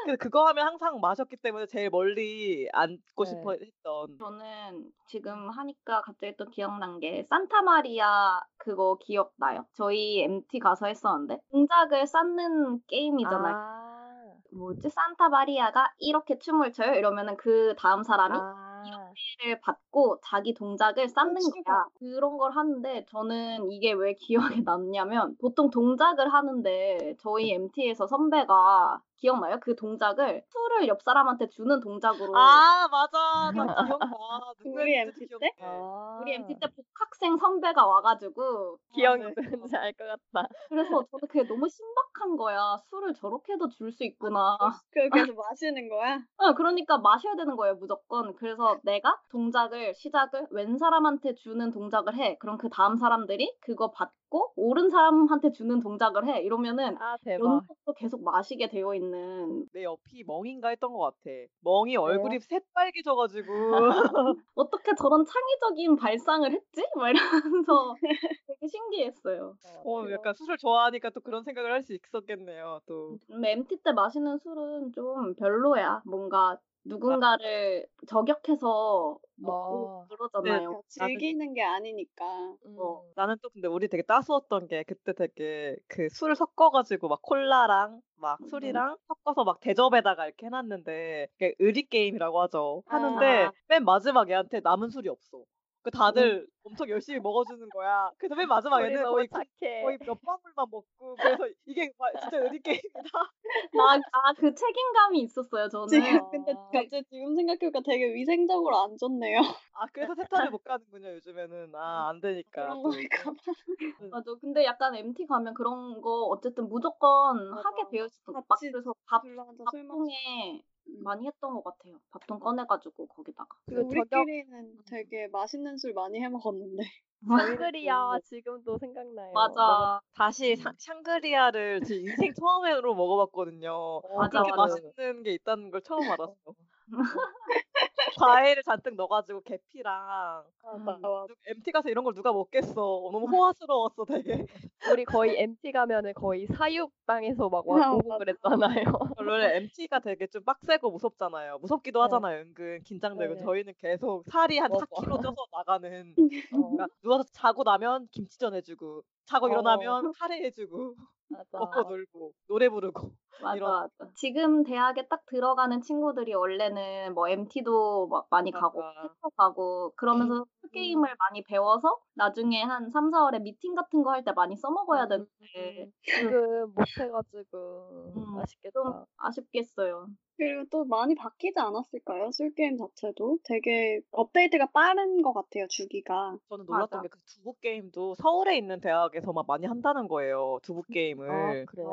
Speaker 4: 근데 그거 하면 항상 마셨기 때문에 제일 멀리 앉고
Speaker 2: 네.
Speaker 4: 싶어 했던
Speaker 3: 저는 지금 하니까 갑자기 또 기억난 게 산타 마리아 그거 기억나요? 저희 MT 가서 했었는데 동작을 쌓는 게임이잖아요.
Speaker 2: 아,
Speaker 3: 뭐지? 산타 마리아가 이렇게 춤을 춰요. 이러면은 그 다음 사람이
Speaker 2: 아.
Speaker 3: 를 받고 자기 동작을 쌓는 거야. 그런 걸 하는데 저는 이게 왜 기억에 남냐면 보통 동작을 하는데 저희 MT에서 선배가 기억나요? 그 동작을 풀을 옆 사람한테 주는 동작으로
Speaker 4: 아 맞아 나 기억나
Speaker 1: 우리 MT 때?
Speaker 3: 우리 MT 때 복학생 선배가 와가지고
Speaker 2: 어. 기억
Speaker 1: 네.
Speaker 2: 누군지 알 것 같다.
Speaker 3: 그래서 저는 그게 너무 신박한 거야. 술을 저렇게도 줄 수 있구나.
Speaker 1: 그걸 계속 마시는 거야?
Speaker 3: 어, 그러니까 마셔야 되는 거예요, 무조건. 그래서 내가 동작을, 시작을 왼 사람한테 주는 동작을 해. 그럼 그 다음 사람들이 그거 받고, 오른 사람한테 주는 동작을 해. 이러면은
Speaker 2: 아 대박.
Speaker 3: 연속으로 계속 마시게 되어 있는.
Speaker 4: 내 옆이 멍인가 했던 것 같아 멍이 얼굴이 새빨개져가지고
Speaker 3: 어떻게 저런 창의적인 발상을 했지? 막 이러면서 되게 신기했어요.
Speaker 4: 어, 약간 술을 좋아하니까 또 그런 생각을 할 수 있었겠네요. 또
Speaker 3: 음, MT 때 마시는 술은 좀 별로야. 뭔가 누군가를 저격해서 먹고
Speaker 2: 아.
Speaker 3: 그러잖아요.
Speaker 1: 그냥 그러니까 즐기는 게 아니니까.
Speaker 2: 음.
Speaker 3: 어,
Speaker 4: 나는 또 근데 우리 되게 따스웠던 게 그때 되게 그 술을 섞어가지고 막 콜라랑 막 술이랑 섞어서 막 대접에다가 이렇게 해놨는데 그게 의리 게임이라고 하죠. 하는데
Speaker 3: 아.
Speaker 4: 맨 마지막 얘한테 남은 술이 없어. 그 다들 엄청 열심히 먹어주는 거야. 그래서 맨 마지막
Speaker 2: 우리
Speaker 4: 얘는
Speaker 2: 너무
Speaker 4: 거의
Speaker 2: 착해.
Speaker 4: 거의 몇 방울만 먹고 그래서 이게 와- 진짜 의리 게임이다.
Speaker 3: 나, 나 그 책임감이 있었어요, 저는.
Speaker 1: 지금 근데
Speaker 2: 네.
Speaker 1: 갑자기 지금 생각해보니까 되게 위생적으로 안 좋네요.
Speaker 4: 아 그래서 세탁을 못 가는군요 요즘에는 아 안 되니까.
Speaker 1: 그런
Speaker 4: 또.
Speaker 1: 거니까.
Speaker 3: 맞아. 근데 약간 MT 가면 그런 거 어쨌든 무조건
Speaker 1: 맞아.
Speaker 3: 하게 되어있어. 막
Speaker 1: 같이
Speaker 3: 그래서 밥,
Speaker 1: 불러서 술 마시.
Speaker 3: 밥통에 많이 했던 것 같아요. 밥통 꺼내가지고 거기다가.
Speaker 1: 그
Speaker 2: 그 저격
Speaker 1: 우리끼리는 되게 맛있는 술 많이 해 먹었는데.
Speaker 2: 샹그리아 지금도 생각나요.
Speaker 3: 맞아.
Speaker 4: 다시 상- 샹그리아를 제 인생 처음으로 먹어봤거든요.
Speaker 3: 맞아,
Speaker 4: 그렇게
Speaker 3: 맞아.
Speaker 4: 맛있는 게 있다는 걸 처음 알았어. 과일을 잔뜩 넣어가지고 계피랑
Speaker 3: 음.
Speaker 1: 맞아, 맞아.
Speaker 4: MT 가서 이런 걸 누가 먹겠어. 어,
Speaker 2: 음.
Speaker 4: 너무 호화스러웠어 되게.
Speaker 2: 그 우리 거의 MT 가면은 거의 사육 땅에서 막
Speaker 1: 아,
Speaker 2: 와- 오고
Speaker 1: 맞아.
Speaker 2: 그랬잖아요.
Speaker 4: 어. 원래 MT가 되게 좀 빡세고 무섭잖아요. 무섭기도
Speaker 2: 네.
Speaker 4: 하잖아요. 은근 긴장되고
Speaker 2: 네네.
Speaker 4: 저희는 계속 살이 한
Speaker 2: 먹어.
Speaker 4: 4kg 쪄서 나가는.
Speaker 2: 어,
Speaker 4: 그러니까 누워서 자고 나면 김치전 해주고 자고
Speaker 2: 어.
Speaker 4: 일어나면 카레 해주고 먹고
Speaker 2: 맞아.
Speaker 4: 놀고 노래 부르고
Speaker 3: 맞아,
Speaker 4: 이런-
Speaker 3: 맞아. 지금 대학에 딱 들어가는 친구들이 원래는 뭐 MT도 막 많이 가고,
Speaker 4: 맞아.
Speaker 3: 캐터 가고, 그러면서 술 게임을 많이 배워서 나중에 한 3, 4월에 미팅 같은 거 할 때 많이 써먹어야 되는데
Speaker 2: 음, 지금 못해가지고
Speaker 3: 음,
Speaker 2: 아쉽겠다.
Speaker 3: 좀 아쉽겠어요.
Speaker 1: 그리고 또 많이 바뀌지 않았을까요? 술게임 자체도 되게 업데이트가 빠른 것 같아요, 주기가.
Speaker 4: 저는
Speaker 3: 맞아.
Speaker 4: 놀랐던 게 그 두부 게임도 서울에 있는 대학에서만 많이 한다는 거예요. 두부 게임을.
Speaker 2: 아 그래요?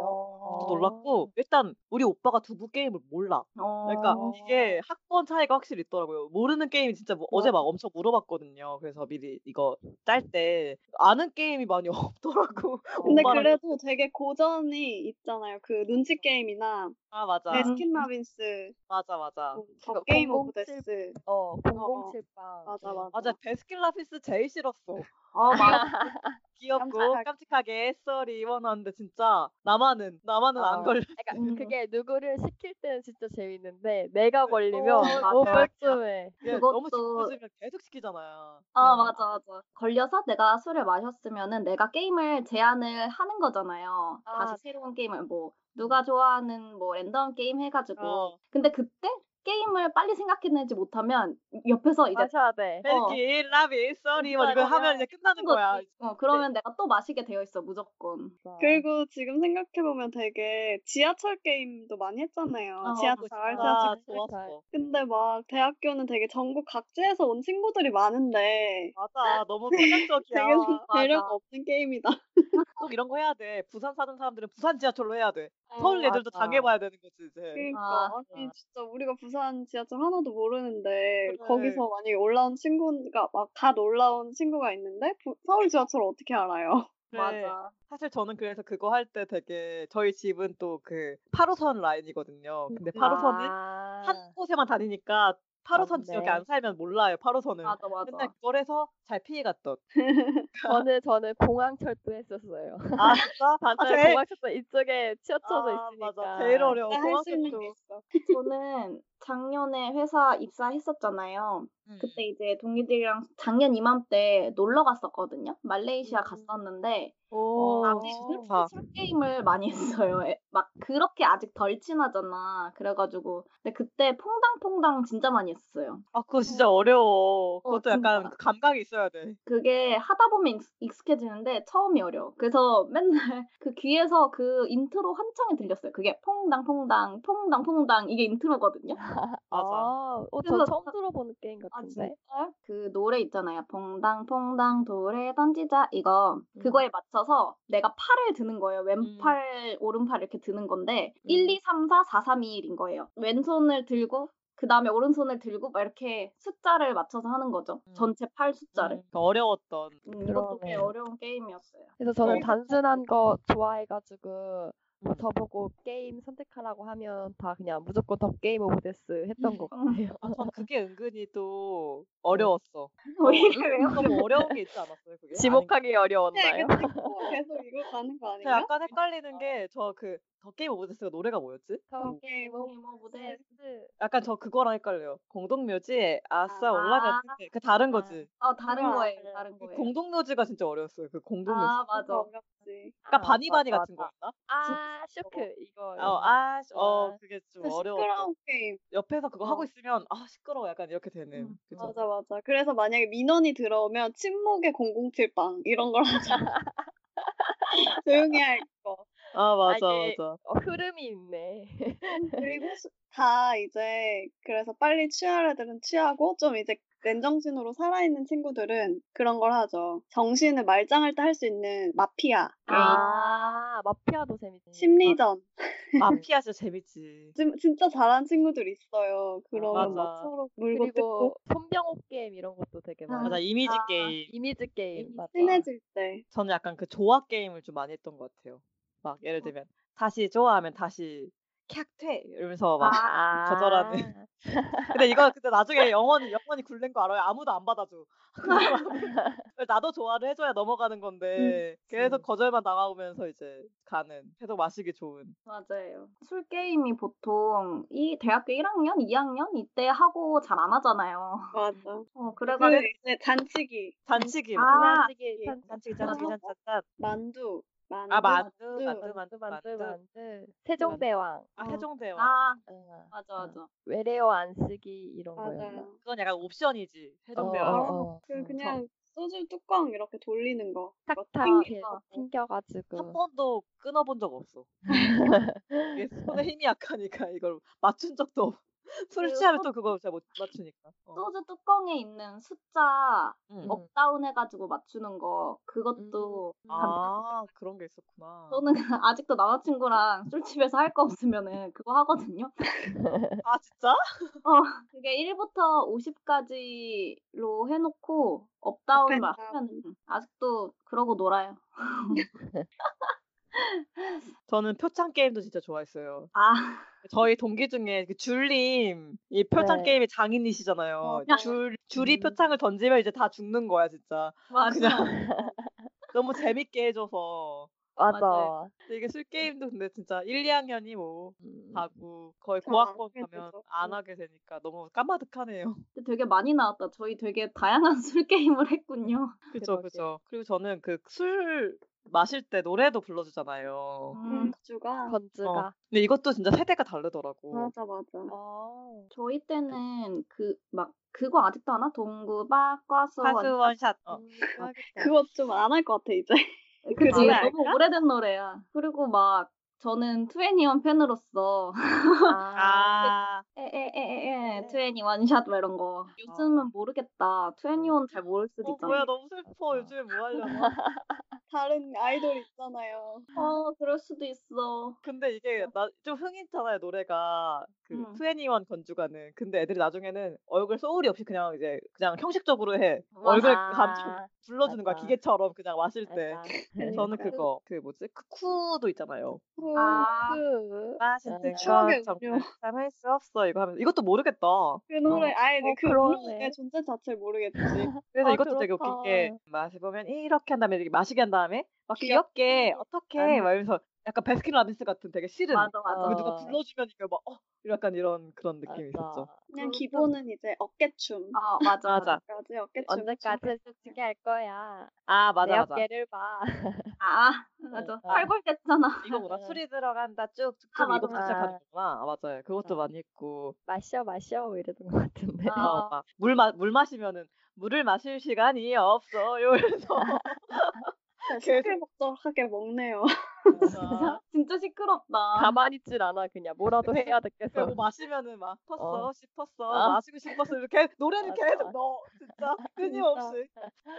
Speaker 4: 저도 어, 놀랐고 일단 우리 오빠가 두부 게임을 몰라.
Speaker 3: 어,
Speaker 4: 그러니까 이게 학번 차이가 확실히 있더라고요. 모르는 게임이 진짜 뭐- 어제 막 엄청 물어봤거든요. 그래서 미리 이거 짤 때 아는 게임이 많이 없더라고.
Speaker 1: 근데
Speaker 4: 엄마랑
Speaker 1: 그래도 되게 고전이 있잖아요. 그 눈치 게임이나
Speaker 4: 아 맞아.
Speaker 3: 네.
Speaker 1: 베스킨 라빈스, 뭐
Speaker 4: 맞아 맞아.
Speaker 1: 더 게임 오브
Speaker 2: 007.
Speaker 1: 데스. 어.
Speaker 2: 어, 007빵.
Speaker 1: 맞아, 맞아.
Speaker 4: 네, 맞아 베스킨라빈스 제일 싫었어.
Speaker 3: 어, 맞아.
Speaker 4: 귀엽고
Speaker 1: 깜찍하게.
Speaker 4: 깜찍하게 썰이 입어놨는데 진짜 나만은 나만은 안
Speaker 2: 어.
Speaker 4: 걸려.
Speaker 2: 그러니까
Speaker 3: 음.
Speaker 2: 그게 누구를 시킬 때는 진짜 재밌는데 내가
Speaker 4: 어,
Speaker 2: 걸리면
Speaker 4: 맞아.
Speaker 2: 어, 그쯤에
Speaker 4: 이게 너무
Speaker 3: 그것도-
Speaker 4: 짓궂으면 계속 시키잖아요.
Speaker 3: 아,
Speaker 2: 음.
Speaker 3: 맞아, 맞아. 걸려서 내가 술을 마셨으면은 내가 게임을 제안을 하는 거잖아요.
Speaker 2: 아,
Speaker 3: 다시 새로운 게임을 뭐 누가 좋아하는 뭐 랜덤 게임 해가지고.
Speaker 4: 어.
Speaker 3: 근데 그때 게임을 빨리 생각해내지 못하면 옆에서 이제
Speaker 2: 마셔야 돼.
Speaker 3: 어.
Speaker 4: 벨기 라비 쏘리 뭐
Speaker 2: 그러니까
Speaker 4: 이거
Speaker 2: 그냥
Speaker 4: 하면 이제 끝나는
Speaker 3: 하는
Speaker 4: 거야.
Speaker 3: 거지. 어, 그러면 내가 또 마시게 되어 있어, 무조건.
Speaker 1: 그리고 지금 생각해보면 되게 지하철 게임도 많이 했잖아요.
Speaker 3: 어,
Speaker 1: 지하철,
Speaker 2: 맞아.
Speaker 1: 지하철.
Speaker 4: 아 좋았어.
Speaker 1: 근데 막 대학교는 되게 전국 각지에서 온 친구들이 많은데
Speaker 4: 맞아 너무 성향적이야.
Speaker 1: 되게 좀
Speaker 4: 맞아. 네.
Speaker 1: 배려가 없는 게임이다.
Speaker 4: 꼭 이런 거 해야 돼. 부산 사는 사람들은 부산 지하철로 해야 돼.
Speaker 3: 어,
Speaker 4: 서울 애들도
Speaker 2: 맞아.
Speaker 4: 당해봐야 되는 거지 이제.
Speaker 1: 그러니까
Speaker 3: 아,
Speaker 1: 아니 진짜 우리가 부산 지하철 하나도 모르는데
Speaker 4: 그래.
Speaker 1: 거기서 만약에 올라온 친구가 막 다 놀라온 친구가 있는데 부- 서울 지하철 어떻게 알아요?
Speaker 4: 그래.
Speaker 3: 맞아.
Speaker 4: 사실 저는 그래서 그거 할 때 되게 저희 집은 또 그 8호선 라인이거든요. 근데 8호선은
Speaker 2: 아.
Speaker 4: 한 곳에만 다니니까 8호선 지역에
Speaker 2: 맞네.
Speaker 4: 안 살면 몰라요. 8호선은.
Speaker 3: 맞아, 맞아.
Speaker 4: 네. 맨날 그걸 해서 잘 피해갔던.
Speaker 2: 저는 저는 공항철도 했었어요.
Speaker 4: 아 진짜? 아,
Speaker 2: 반전
Speaker 4: 제일-
Speaker 2: 공항철도 이쪽에 치어쳐져
Speaker 4: 아,
Speaker 2: 있으니까.
Speaker 4: 맞아. 제일 어려워.
Speaker 1: 할 수 있는 게
Speaker 4: 고맙겠죠.
Speaker 1: 있어.
Speaker 3: 저는 작년에 회사 입사했었잖아요.
Speaker 6: 음.
Speaker 3: 그때 이제 동기들이랑 작년 이맘때 놀러 갔었거든요. 말레이시아 갔었는데
Speaker 4: 오,
Speaker 3: 아직
Speaker 4: 좋다.
Speaker 3: 게임을 많이 했어요. 에- 막 그렇게 아직 덜 친하잖아. 그래가지고 근데 그때 퐁당퐁당 진짜 많이 했어요.
Speaker 4: 아, 그거 진짜 어려워. 그것도
Speaker 3: 진짜.
Speaker 4: 약간 감각이 있어야 돼.
Speaker 3: 그게 하다 보면 익- 익숙해지는데 처음이 어려워. 그래서 맨날 그 귀에서 그 인트로 한창에 들렸어요. 그게 퐁당퐁당 퐁당퐁당 이게 인트로거든요.
Speaker 4: 맞아.
Speaker 2: 아, 어, 저
Speaker 3: 그래서-
Speaker 2: 처음 들어보는 게임
Speaker 3: 아
Speaker 2: 같은데.
Speaker 3: 진짜요? 그 노래 있잖아요. 퐁당퐁당 돌에 던지자 이거 그거에 맞춰서 내가 팔을 드는 거예요. 왼팔 오른팔 이렇게 드는 건데 1, 2, 3, 4, 4, 3, 2, 1인 거예요. 왼손을 들고 그 다음에 오른손을 들고 막 이렇게 숫자를 맞춰서 하는 거죠.
Speaker 6: 음.
Speaker 3: 전체 팔 숫자를.
Speaker 6: 음.
Speaker 4: 그 어려웠던.
Speaker 3: 음, 이것도 꽤
Speaker 2: 그러네요.
Speaker 3: 어려운 게임이었어요.
Speaker 2: 그래서 저는
Speaker 3: 그래서-
Speaker 2: 단순한 거 좋아해가지고 뭐 저보고 게임 선택하라고 하면 다 그냥 무조건 더 게임 오브 데스 했던 것 같아요.
Speaker 4: 아, 전 그게 은근히 또 어려웠어. 음.
Speaker 3: 왜 이래요?
Speaker 4: 너무 어려운 게 있지 않았어요, 그게?
Speaker 2: 지목하기 어려웠나요?
Speaker 1: 근데 네, 그거 계속 이거 가는 거
Speaker 4: 제가
Speaker 1: 아닌가?
Speaker 4: 약간 헷갈리는 게 저 그 더 게임 오브 데스가 노래가 뭐였지?
Speaker 2: 더
Speaker 1: 게임 오브
Speaker 3: 게임 오브 데스.
Speaker 2: 데스.
Speaker 4: 약간 저 그거랑 헷갈려요. 공동묘지 아싸
Speaker 3: 아.
Speaker 4: 올라갈 텐데 그 다른 거지.
Speaker 3: 어 다른
Speaker 1: 그거야.
Speaker 3: 거예요. 다른
Speaker 4: 그
Speaker 3: 거예요.
Speaker 4: 공동묘지가 진짜 어려웠어요. 그 공동묘지.
Speaker 3: 아 맞아.
Speaker 1: 어렵지.
Speaker 4: 그러니까
Speaker 2: 아,
Speaker 4: 바니바니
Speaker 2: 맞아,
Speaker 4: 같은
Speaker 2: 맞아.
Speaker 4: 거였나?
Speaker 2: 아, 쇼크 이거.
Speaker 4: 어, 아, 씨, 어,
Speaker 2: 아.
Speaker 4: 그게 좀
Speaker 1: 그
Speaker 4: 어려워.
Speaker 1: 시끄러운 게임.
Speaker 4: 옆에서 그거
Speaker 1: 어.
Speaker 4: 하고 있으면 아 시끄러워 약간 이렇게 되는.
Speaker 3: 음,
Speaker 4: 그죠?
Speaker 1: 맞아 맞아. 그래서 만약에 민원이 들어오면 침묵의 007빵 이런 걸 하자. 조용히 할 거.
Speaker 4: 아 맞아
Speaker 2: 아, 이게-
Speaker 4: 맞아.
Speaker 2: 어, 흐름이 있네.
Speaker 1: 그리고 수- 다 이제 그래서 빨리 취할 애들은 취하고 좀 이제 맨정신으로 살아있는 친구들은 그런 걸 하죠. 정신을 말짱할 때 할 수 있는 마피아,
Speaker 2: 아, 마피아도 재밌지.
Speaker 1: 심리전.
Speaker 4: 마피아 진짜 재밌지.
Speaker 1: 진- 진짜 잘한 친구들 있어요. 그러면
Speaker 4: 맞아.
Speaker 1: 막 서로 물고 뜯고
Speaker 2: 그리고 손병호 게임 이런 것도 되게 많아.
Speaker 4: 맞아 이미지
Speaker 3: 아.
Speaker 4: 게임.
Speaker 2: 이미지 게임 맞아.
Speaker 1: 친해질 때.
Speaker 4: 저는 약간 그 조화 게임을 좀 많이 했던 것 같아요. 막 예를 들면 다시 좋아하면 다시 캬퇴 이러면서 막
Speaker 2: 아,
Speaker 4: 거절하는. 근데 이거 근데 나중에 영원히 영원히 굴린 거 알아요? 아무도 안 받아줘. 나도 조화를 해줘야 넘어가는 건데 계속 거절만 당하면서 이제 가는 계속 마시기 좋은.
Speaker 3: 맞아요. 술 게임이 보통 이 대학교 1학년, 2학년 이때 하고 잘 안 하잖아요.
Speaker 1: 맞아.
Speaker 3: 어,
Speaker 1: 그
Speaker 3: 그래가지고
Speaker 1: 이제 잔치기,
Speaker 4: 잔치기.
Speaker 3: 아,
Speaker 4: 맞아.
Speaker 2: 만지기,
Speaker 4: 잔치기
Speaker 2: 아,
Speaker 4: 잔치기 잔치 잔.
Speaker 1: 만두, 만두.
Speaker 4: 아 만두
Speaker 1: 만두,
Speaker 4: 만두
Speaker 2: 만두
Speaker 4: 만두
Speaker 2: 만두
Speaker 4: 만두.
Speaker 2: 만두. 세종대왕.
Speaker 4: 아 세종대왕.
Speaker 3: 아
Speaker 2: 어,
Speaker 3: 맞아 맞아.
Speaker 2: 외래어 안쓰기 이런 거였나?
Speaker 1: 맞아요.
Speaker 4: 그건 약간 옵션이지. 세종대왕.
Speaker 1: 어,
Speaker 2: 어,
Speaker 1: 그
Speaker 2: 어.
Speaker 1: 그냥 소주 뚜껑 이렇게 돌리는 거. 뭐 그거
Speaker 2: 탁탁
Speaker 1: 튕기-
Speaker 2: 이렇게
Speaker 3: 거.
Speaker 4: 한 어.
Speaker 2: 튕겨가지고.
Speaker 4: 번도 끊어본 적 없어. 이게 손에 힘이 약하니까 이걸 맞춘 적도 없. 술
Speaker 3: 그리고
Speaker 4: 취하면
Speaker 3: 또-
Speaker 4: 또 그걸 잘 못 맞추니까. 어. 음.
Speaker 3: 소주 뚜껑에 있는 숫자
Speaker 4: 응.
Speaker 2: 어.
Speaker 3: 업다운 해가지고 맞추는 거 그것도
Speaker 2: 음,
Speaker 4: 아 그런 게 있었구나.
Speaker 3: 저는 아직도 남자친구랑 술집에서 할 거 없으면은 그거 하거든요.
Speaker 4: 아 진짜?
Speaker 3: 그게 1부터 50까지로 해놓고 업다운만
Speaker 1: 업앤다운.
Speaker 3: 하면 아직도 그러고 놀아요.
Speaker 4: 저는 표창 게임도 진짜 좋아했어요.
Speaker 3: 아
Speaker 4: 저희 동기 중에 그 줄님 이 표창
Speaker 2: 네.
Speaker 4: 게임의 장인이시잖아요.
Speaker 1: 맞아요.
Speaker 4: 줄 줄이
Speaker 2: 음.
Speaker 4: 표창을 던지면 이제 다 죽는 거야 진짜.
Speaker 3: 맞아.
Speaker 4: 너무 재밌게 해줘서
Speaker 2: 맞아.
Speaker 3: 맞아요.
Speaker 4: 근데 이게 술 게임도 근데 진짜 1, 2학년이 뭐
Speaker 2: 음.
Speaker 4: 하고 거의
Speaker 1: 잘안
Speaker 4: 고학번
Speaker 1: 하게
Speaker 4: 가면
Speaker 1: 되죠.
Speaker 4: 안
Speaker 1: 음.
Speaker 4: 하게 되니까 너무 까마득하네요.
Speaker 3: 근데 되게 많이 나왔다. 저희 되게 다양한 술 게임을 했군요.
Speaker 4: 그죠
Speaker 2: 대박이에요.
Speaker 4: 그죠. 그리고 저는 그 술 마실 때 노래도 불러주잖아요.
Speaker 3: 음,
Speaker 1: 주가
Speaker 2: 건즈가.
Speaker 4: 근데 이것도 진짜 세대가 다르더라고.
Speaker 1: 맞아 맞아.
Speaker 2: 어.
Speaker 3: 저희 때는 그 막 그거 아직도 하나? 동구박 과수원.
Speaker 4: 하수원샷. 어.
Speaker 2: 음, 그래야겠다.
Speaker 1: 그거 좀 안 할 것 같아 이제.
Speaker 3: 그치
Speaker 1: 노래
Speaker 3: 너무 오래된 노래야. 그리고 막 저는 투애니원 팬으로서
Speaker 2: 아,
Speaker 4: 아,
Speaker 3: 에에에에에 투애니원 샷막 이런 거. 어. 음. 요즘은 모르겠다. 투애니원 잘 모를 수도
Speaker 4: 어,
Speaker 3: 있잖아.
Speaker 4: 뭐야 너무 슬퍼. 요즘에 뭐 하려나.
Speaker 1: 다른 아이돌 있잖아요.
Speaker 3: 어 그럴 수도 있어.
Speaker 4: 근데 이게 나 좀 흥있잖아요 노래가 그
Speaker 3: 응.
Speaker 4: 투애니원 건주가는. 근데 애들이 나중에는 얼굴 소울이 없이 그냥 이제 그냥 형식적으로 해.
Speaker 3: 맞아.
Speaker 4: 얼굴 감정 불러주는 거야
Speaker 2: 맞아.
Speaker 4: 기계처럼 그냥 마실 때.
Speaker 2: 맞아.
Speaker 4: 저는
Speaker 3: 그-
Speaker 4: 그거 그 뭐지 그 쿠도 있잖아요.
Speaker 3: 아
Speaker 2: 그,
Speaker 4: 맛있는
Speaker 1: 추억의
Speaker 4: 건 정말
Speaker 1: 음료.
Speaker 4: 참을 수 없어 이거 하면 이것도 모르겠다.
Speaker 1: 그 노래 아예
Speaker 2: 어,
Speaker 1: 그
Speaker 2: 그러네.
Speaker 1: 노래 존재 자체를 모르겠지.
Speaker 4: 그래서
Speaker 2: 아,
Speaker 4: 이것도 되게
Speaker 2: 그렇다.
Speaker 4: 웃긴 게 마셔보면 이렇게 한 다음에 이렇게 마시게 한 다음에 막
Speaker 1: 귀엽게.
Speaker 4: 귀엽게 어떻게
Speaker 2: 아.
Speaker 4: 막 이러면서 약간 베스킨라빈스 같은 되게 싫은
Speaker 3: 맞아 맞아.
Speaker 4: 이거 누가
Speaker 2: 아.
Speaker 4: 불러주면 이게 막 어, 약간 이런 그런 느낌이 있었죠.
Speaker 1: 그냥 기본은 이제 어깨춤까지
Speaker 3: 아 맞아
Speaker 4: 맞아.
Speaker 1: 어깨춤.
Speaker 6: 언제까지 솔직히 할 거야.
Speaker 4: 아
Speaker 6: 내
Speaker 4: 맞아 맞아.
Speaker 6: 어깨를 봐.
Speaker 3: 아 맞아.
Speaker 2: 아.
Speaker 3: 팔골됐잖아.
Speaker 4: 이거구나. 술이 들어간다 쭉쭉
Speaker 3: 아, 맞아,
Speaker 4: 이거
Speaker 6: 맞아.
Speaker 4: 시작하는구나. 아, 맞아요. 그것도
Speaker 6: 아.
Speaker 4: 많이 있고
Speaker 6: 마셔 마셔 뭐 이러던 것 같은데.
Speaker 3: 아.
Speaker 4: 어, 막물 마, 물 마시면은 물을 마실 시간이 없어. 이러면서
Speaker 1: 시끌벅적하게 먹네요.
Speaker 4: 진짜.
Speaker 3: 진짜 시끄럽다.
Speaker 2: 가만히 있질 않아 그냥 뭐라도 해야
Speaker 4: 그리고
Speaker 2: 됐겠어.
Speaker 4: 뭐 마시면은 막 퍼어
Speaker 2: 어.
Speaker 4: 싶었어
Speaker 2: 아.
Speaker 4: 마시고 싶었어 이렇게 노래는
Speaker 2: 맞아.
Speaker 4: 계속 넣어 진짜 끊임없이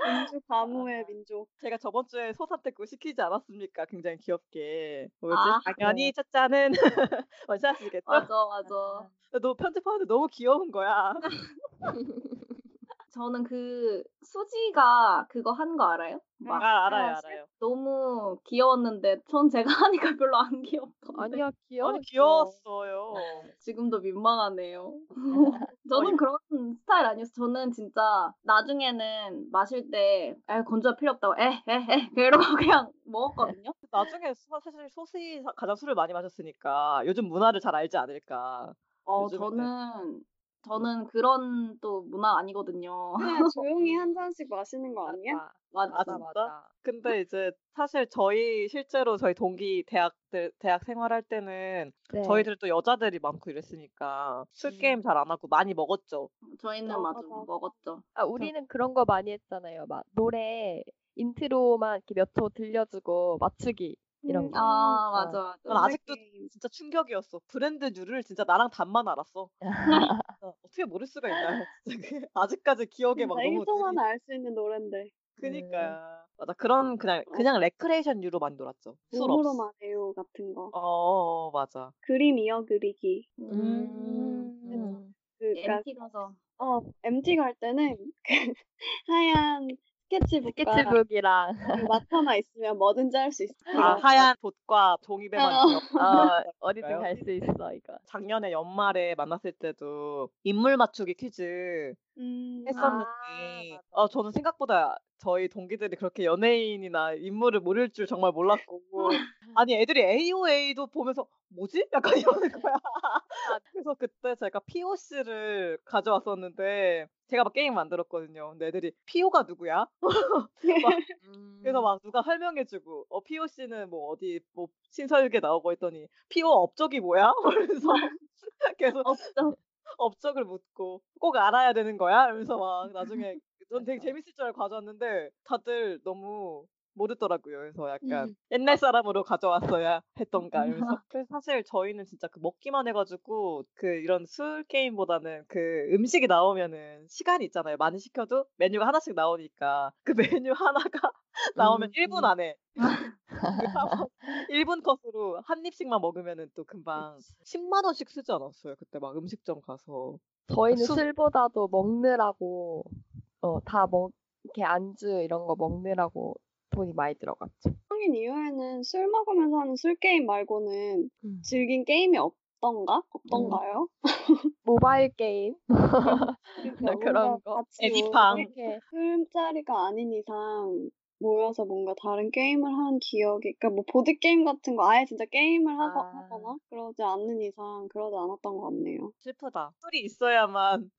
Speaker 1: 민주 가무의 민족.
Speaker 4: 제가 저번 주에 소사태구 시키지 않았습니까 굉장히 귀엽게 뭐였지
Speaker 3: 아.
Speaker 4: 당연히 첫 잔은 원샷이겠죠
Speaker 3: 맞아 맞아.
Speaker 4: 너 편집하는데 너무 귀여운 거야
Speaker 3: 저는 그 수지가 그거 한 거 알아요? 막
Speaker 4: 아 알아요
Speaker 1: 아,
Speaker 4: 알아요
Speaker 3: 너무 귀여웠는데 전 제가 하니까 별로 안 귀엽던데.
Speaker 2: 아니야 귀여워.
Speaker 4: 아니 귀여웠어요
Speaker 3: 지금도 민망하네요. 저는 그런 스타일 아니었어. 요 저는 진짜 나중에는 마실 때, 에, 건조할 필요 없다고, 에, 에, 에, 이러고 그냥 먹었거든요.
Speaker 4: 나중에 사- 사실 소시 가장 술을 많이 마셨으니까 요즘 문화를 잘 알지 않을까
Speaker 3: 어,
Speaker 4: 요즘에는.
Speaker 3: 저는, 저는 그런 또 문화 아니거든요.
Speaker 1: 그냥 조용히 한 잔씩 마시는 거 아니야?
Speaker 2: 맞아
Speaker 3: 맞아.
Speaker 2: 맞아.
Speaker 4: 진짜?
Speaker 2: 맞아.
Speaker 4: 근데 이제 사실 저희 실제로 저희 동기 대학들 대학 생활할 때는
Speaker 6: 네.
Speaker 4: 저희들도 여자들이 많고 이랬으니까 술
Speaker 2: 음.
Speaker 4: 게임 잘 안 하고 많이 먹었죠.
Speaker 3: 저희는
Speaker 1: 어,
Speaker 3: 맞아,
Speaker 1: 맞아.
Speaker 3: 먹었죠.
Speaker 2: 아, 우리는 그런 거 많이 했잖아요. 막 노래 인트로만 이렇게 몇 초 들려주고 맞추기
Speaker 1: 음,
Speaker 2: 이런 거.
Speaker 3: 아, 맞아, 맞아.
Speaker 4: 난 아직도
Speaker 1: 게임.
Speaker 4: 진짜 충격이었어. 브랜드뉴를 진짜 나랑 단만 알았어. 어, 어떻게 모를 수가 있나요? 진짜 그게 아직까지 기억에 막
Speaker 1: 나
Speaker 4: 너무
Speaker 1: 1초
Speaker 4: 눈이
Speaker 1: 만에 알 수 있는 노래인데.
Speaker 4: 크니까. 맞아. 그런 그냥 그냥 레크레이션류로 많이 놀았죠. 술
Speaker 1: 네.
Speaker 4: 없어.
Speaker 1: 어. 몸으로만 해요 같은 거.
Speaker 4: 어, 어, 어, 맞아.
Speaker 1: 그림 이어 그리기.
Speaker 2: 음,
Speaker 3: 음.
Speaker 1: 그러니까
Speaker 3: MT 가서.
Speaker 1: 어, MT 갈 때는 그 하얀 스케치북과 그
Speaker 2: 스케치북이랑
Speaker 1: 마타나 있으면 뭐든지 할 수 있어.
Speaker 4: 아, 하얀 봇과 종이배만
Speaker 1: 그렇죠. 어.
Speaker 4: 있죠.
Speaker 2: 어, 어디든
Speaker 4: 그럴까요?
Speaker 2: 갈 수 있어 이거.
Speaker 4: 작년에 연말에 만났을 때도 인물 맞추기 퀴즈
Speaker 1: 음,
Speaker 4: 했었는데 어, 저는 생각보다 저희 동기들이 그렇게 연예인이나 인물을 모를 줄 정말 몰랐고 아니 애들이 AOA도 보면서 뭐지? 약간 이러는 거야. 그래서 그때 제가 POC를 가져왔었는데 제가 막 게임 만들었거든요. 근데 애들이 PO가 누구야? 그래서 막 누가 설명해주고 어 POC는 뭐 어디 뭐 신서유기에 나오고 했더니 PO 업적이 뭐야? 그래서 계속
Speaker 3: 없죠.
Speaker 4: 업적을 묻고 꼭 알아야 되는 거야? 이러면서 막 나중에 전 되게
Speaker 2: 맞아.
Speaker 4: 재밌을 줄 알고 가져왔는데 다들 너무 모르더라고요. 그래서 약간
Speaker 2: 음.
Speaker 4: 옛날 사람으로 가져왔어야 했던가 이러면서 그래서 사실 저희는 진짜 그 먹기만 해가지고 그 이런 술 게임보다는 그 음식이 나오면은 시간이 있잖아요. 많이 시켜도 메뉴가 하나씩 나오니까 그 메뉴 하나가 나오면
Speaker 2: 음,
Speaker 4: 1분
Speaker 2: 음.
Speaker 4: 안에 1분 컷으로 한 입씩만 먹으면은 또 금방 10만 원씩 쓰지 않았어요. 그때 막 음식점 가서
Speaker 2: 저희는
Speaker 4: 술-
Speaker 2: 술보다도 먹느라고 어다먹 이렇게 안주 이런 거 먹느라고 돈이 많이 들어갔죠.
Speaker 1: 성인 이후에는 술 먹으면서 하는 술 게임 말고는
Speaker 2: 음.
Speaker 1: 즐긴 게임이 없던가? 없던가요?
Speaker 2: 모바일 게임
Speaker 1: 그러니까
Speaker 2: 그런
Speaker 1: 뭔가
Speaker 2: 거.
Speaker 1: 같이
Speaker 4: 애니팡.
Speaker 1: 모여서 이렇게 술자리가 아닌 이상 모여서 뭔가 다른 게임을 한 기억이 그러니까 뭐 보드 게임 같은 거 아예 진짜 게임을 하거,
Speaker 2: 아.
Speaker 1: 하거나 그러지 않는 이상 그러지 않았던 것 같네요.
Speaker 4: 슬프다. 술이 있어야만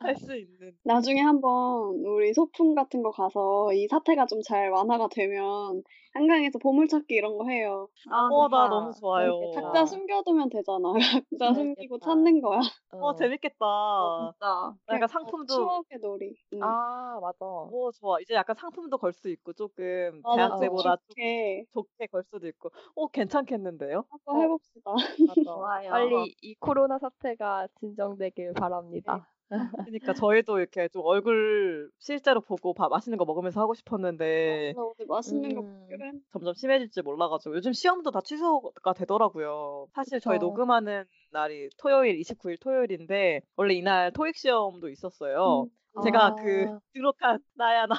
Speaker 4: 할 수 있는.
Speaker 1: 나중에 한번 우리 소풍 같은 거 가서 이 사태가 좀 잘 완화가 되면 한강에서 보물찾기 이런 거 해요.
Speaker 3: 아,
Speaker 4: 어, 나
Speaker 2: 좋다.
Speaker 4: 너무 좋아요. 네,
Speaker 2: 재밌겠다.
Speaker 1: 각자 숨겨두면 되잖아. 각자 숨기고
Speaker 2: 재밌겠다.
Speaker 1: 찾는 거야.
Speaker 4: 어, 재밌겠다.
Speaker 3: 진짜.
Speaker 4: 약간
Speaker 1: 어,
Speaker 4: 상품도
Speaker 1: 추억의 놀이. 음. 응.
Speaker 2: 아 맞아.
Speaker 4: 오 좋아. 이제 약간 상품도 걸 수 있고 조금
Speaker 1: 아,
Speaker 4: 대학
Speaker 1: 맞아.
Speaker 4: 때보다 좀
Speaker 1: 좋게 어,
Speaker 4: 좋게 걸 수도 있고. 오 괜찮겠는데요?
Speaker 1: 한번 해봅시다.
Speaker 2: 맞아.
Speaker 3: 좋아요.
Speaker 2: 빨리 이 코로나 사태가 진정되길 바랍니다.
Speaker 4: 그러니까 저희도 이렇게 좀 얼굴 실제로 보고 밥 맛있는 거 먹으면서 하고 싶었는데
Speaker 1: 나 오늘 맛있는 거
Speaker 2: 음.
Speaker 1: 먹기로 했는데
Speaker 4: 점점 심해질지 몰라가지고 요즘 시험도 다 취소가 되더라고요. 사실 저희
Speaker 2: 그쵸.
Speaker 4: 녹음하는 날이 토요일 29일 토요일인데 원래 이날 토익 시험도 있었어요. 제가
Speaker 2: 아.
Speaker 4: 그 등록한 나야 나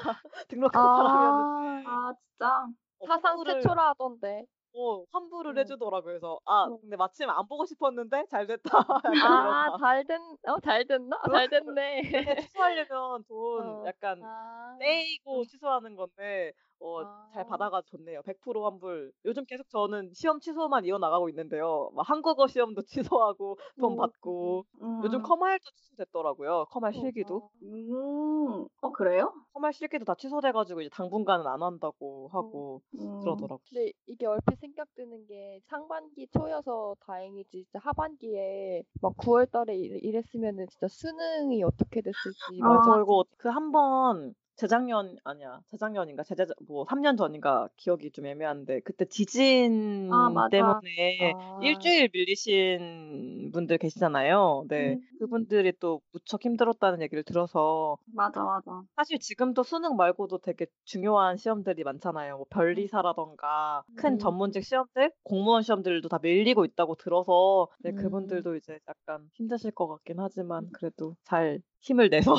Speaker 4: 등록한
Speaker 2: 아.
Speaker 4: 사람이었는데 어,
Speaker 3: 아, 진짜.
Speaker 4: 뭐
Speaker 2: 사상
Speaker 4: 환불을-
Speaker 2: 최초라 하던데.
Speaker 4: 어, 환불을
Speaker 2: 음.
Speaker 4: 해주더라고요. 그래서 아
Speaker 2: 음.
Speaker 4: 근데 마침 안 보고 싶었는데 잘 됐다. 약간 이런
Speaker 2: 아,
Speaker 4: 거.
Speaker 2: 잘 됐, 어, 잘 됐나? 잘 됐네.
Speaker 4: 취소하려면 돈
Speaker 2: 어.
Speaker 4: 약간
Speaker 2: 아,
Speaker 4: 떼이고 취소하는 건데 어, 네, 잘
Speaker 2: 아.
Speaker 4: 받아가 좋네요. 100% 환불. 요즘 계속 저는 시험 취소만 이어나가고 있는데요. 막 한국어 시험도 취소하고 돈
Speaker 2: 오.
Speaker 4: 받고
Speaker 3: 음.
Speaker 4: 요즘 컴활도 취소됐더라고요. 컴활 실기도.
Speaker 2: 아.
Speaker 3: 음, 어, 그래요?
Speaker 4: 컴활 실기도 다 취소돼가지고 이제 당분간은 안 한다고 하고
Speaker 3: 음.
Speaker 4: 그러더라고요.
Speaker 2: 근데 이게 얼핏 생각드는 게 상반기 초여서 다행이지 진짜 하반기에 막 9월 달에 이- 이랬으면은 진짜 수능이 어떻게 됐을지
Speaker 3: 아,
Speaker 4: 맞아. 이거 그 한 번 재작년 아니야 재작년인가 재재 뭐 3년 전인가 기억이 좀 애매한데 그때 지진
Speaker 3: 아, 맞아.
Speaker 4: 때문에
Speaker 2: 아,
Speaker 4: 일주일 밀리신 분들 계시잖아요. 네.
Speaker 3: 음.
Speaker 4: 그분들이 또 무척 힘들었다는 얘기를 들어서
Speaker 3: 맞아, 맞아.
Speaker 4: 사실 지금도 수능 말고도 되게 중요한 시험들이 많잖아요. 뭐 변리사라던가 큰
Speaker 2: 음.
Speaker 4: 전문직 시험들, 공무원 시험들도 다 밀리고 있다고 들어서 네,
Speaker 2: 음.
Speaker 4: 그분들도 이제 약간 힘드실 것 같긴 하지만 그래도 잘 힘을 내서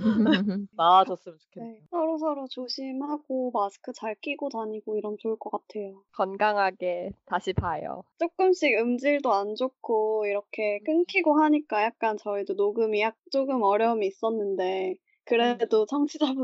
Speaker 4: 나아졌으면 좋겠네요.
Speaker 1: 네, 서로 서로 조심하고 마스크 잘 끼고 다니고 이러면 좋을 것 같아요.
Speaker 2: 건강하게 다시 봐요.
Speaker 1: 조금씩 음질도 안 좋고 이렇게
Speaker 4: 음.
Speaker 1: 끊기고 하니까 약간 저희도 녹음이 약 조금 어려움이 있었는데
Speaker 4: 음.
Speaker 1: 그래도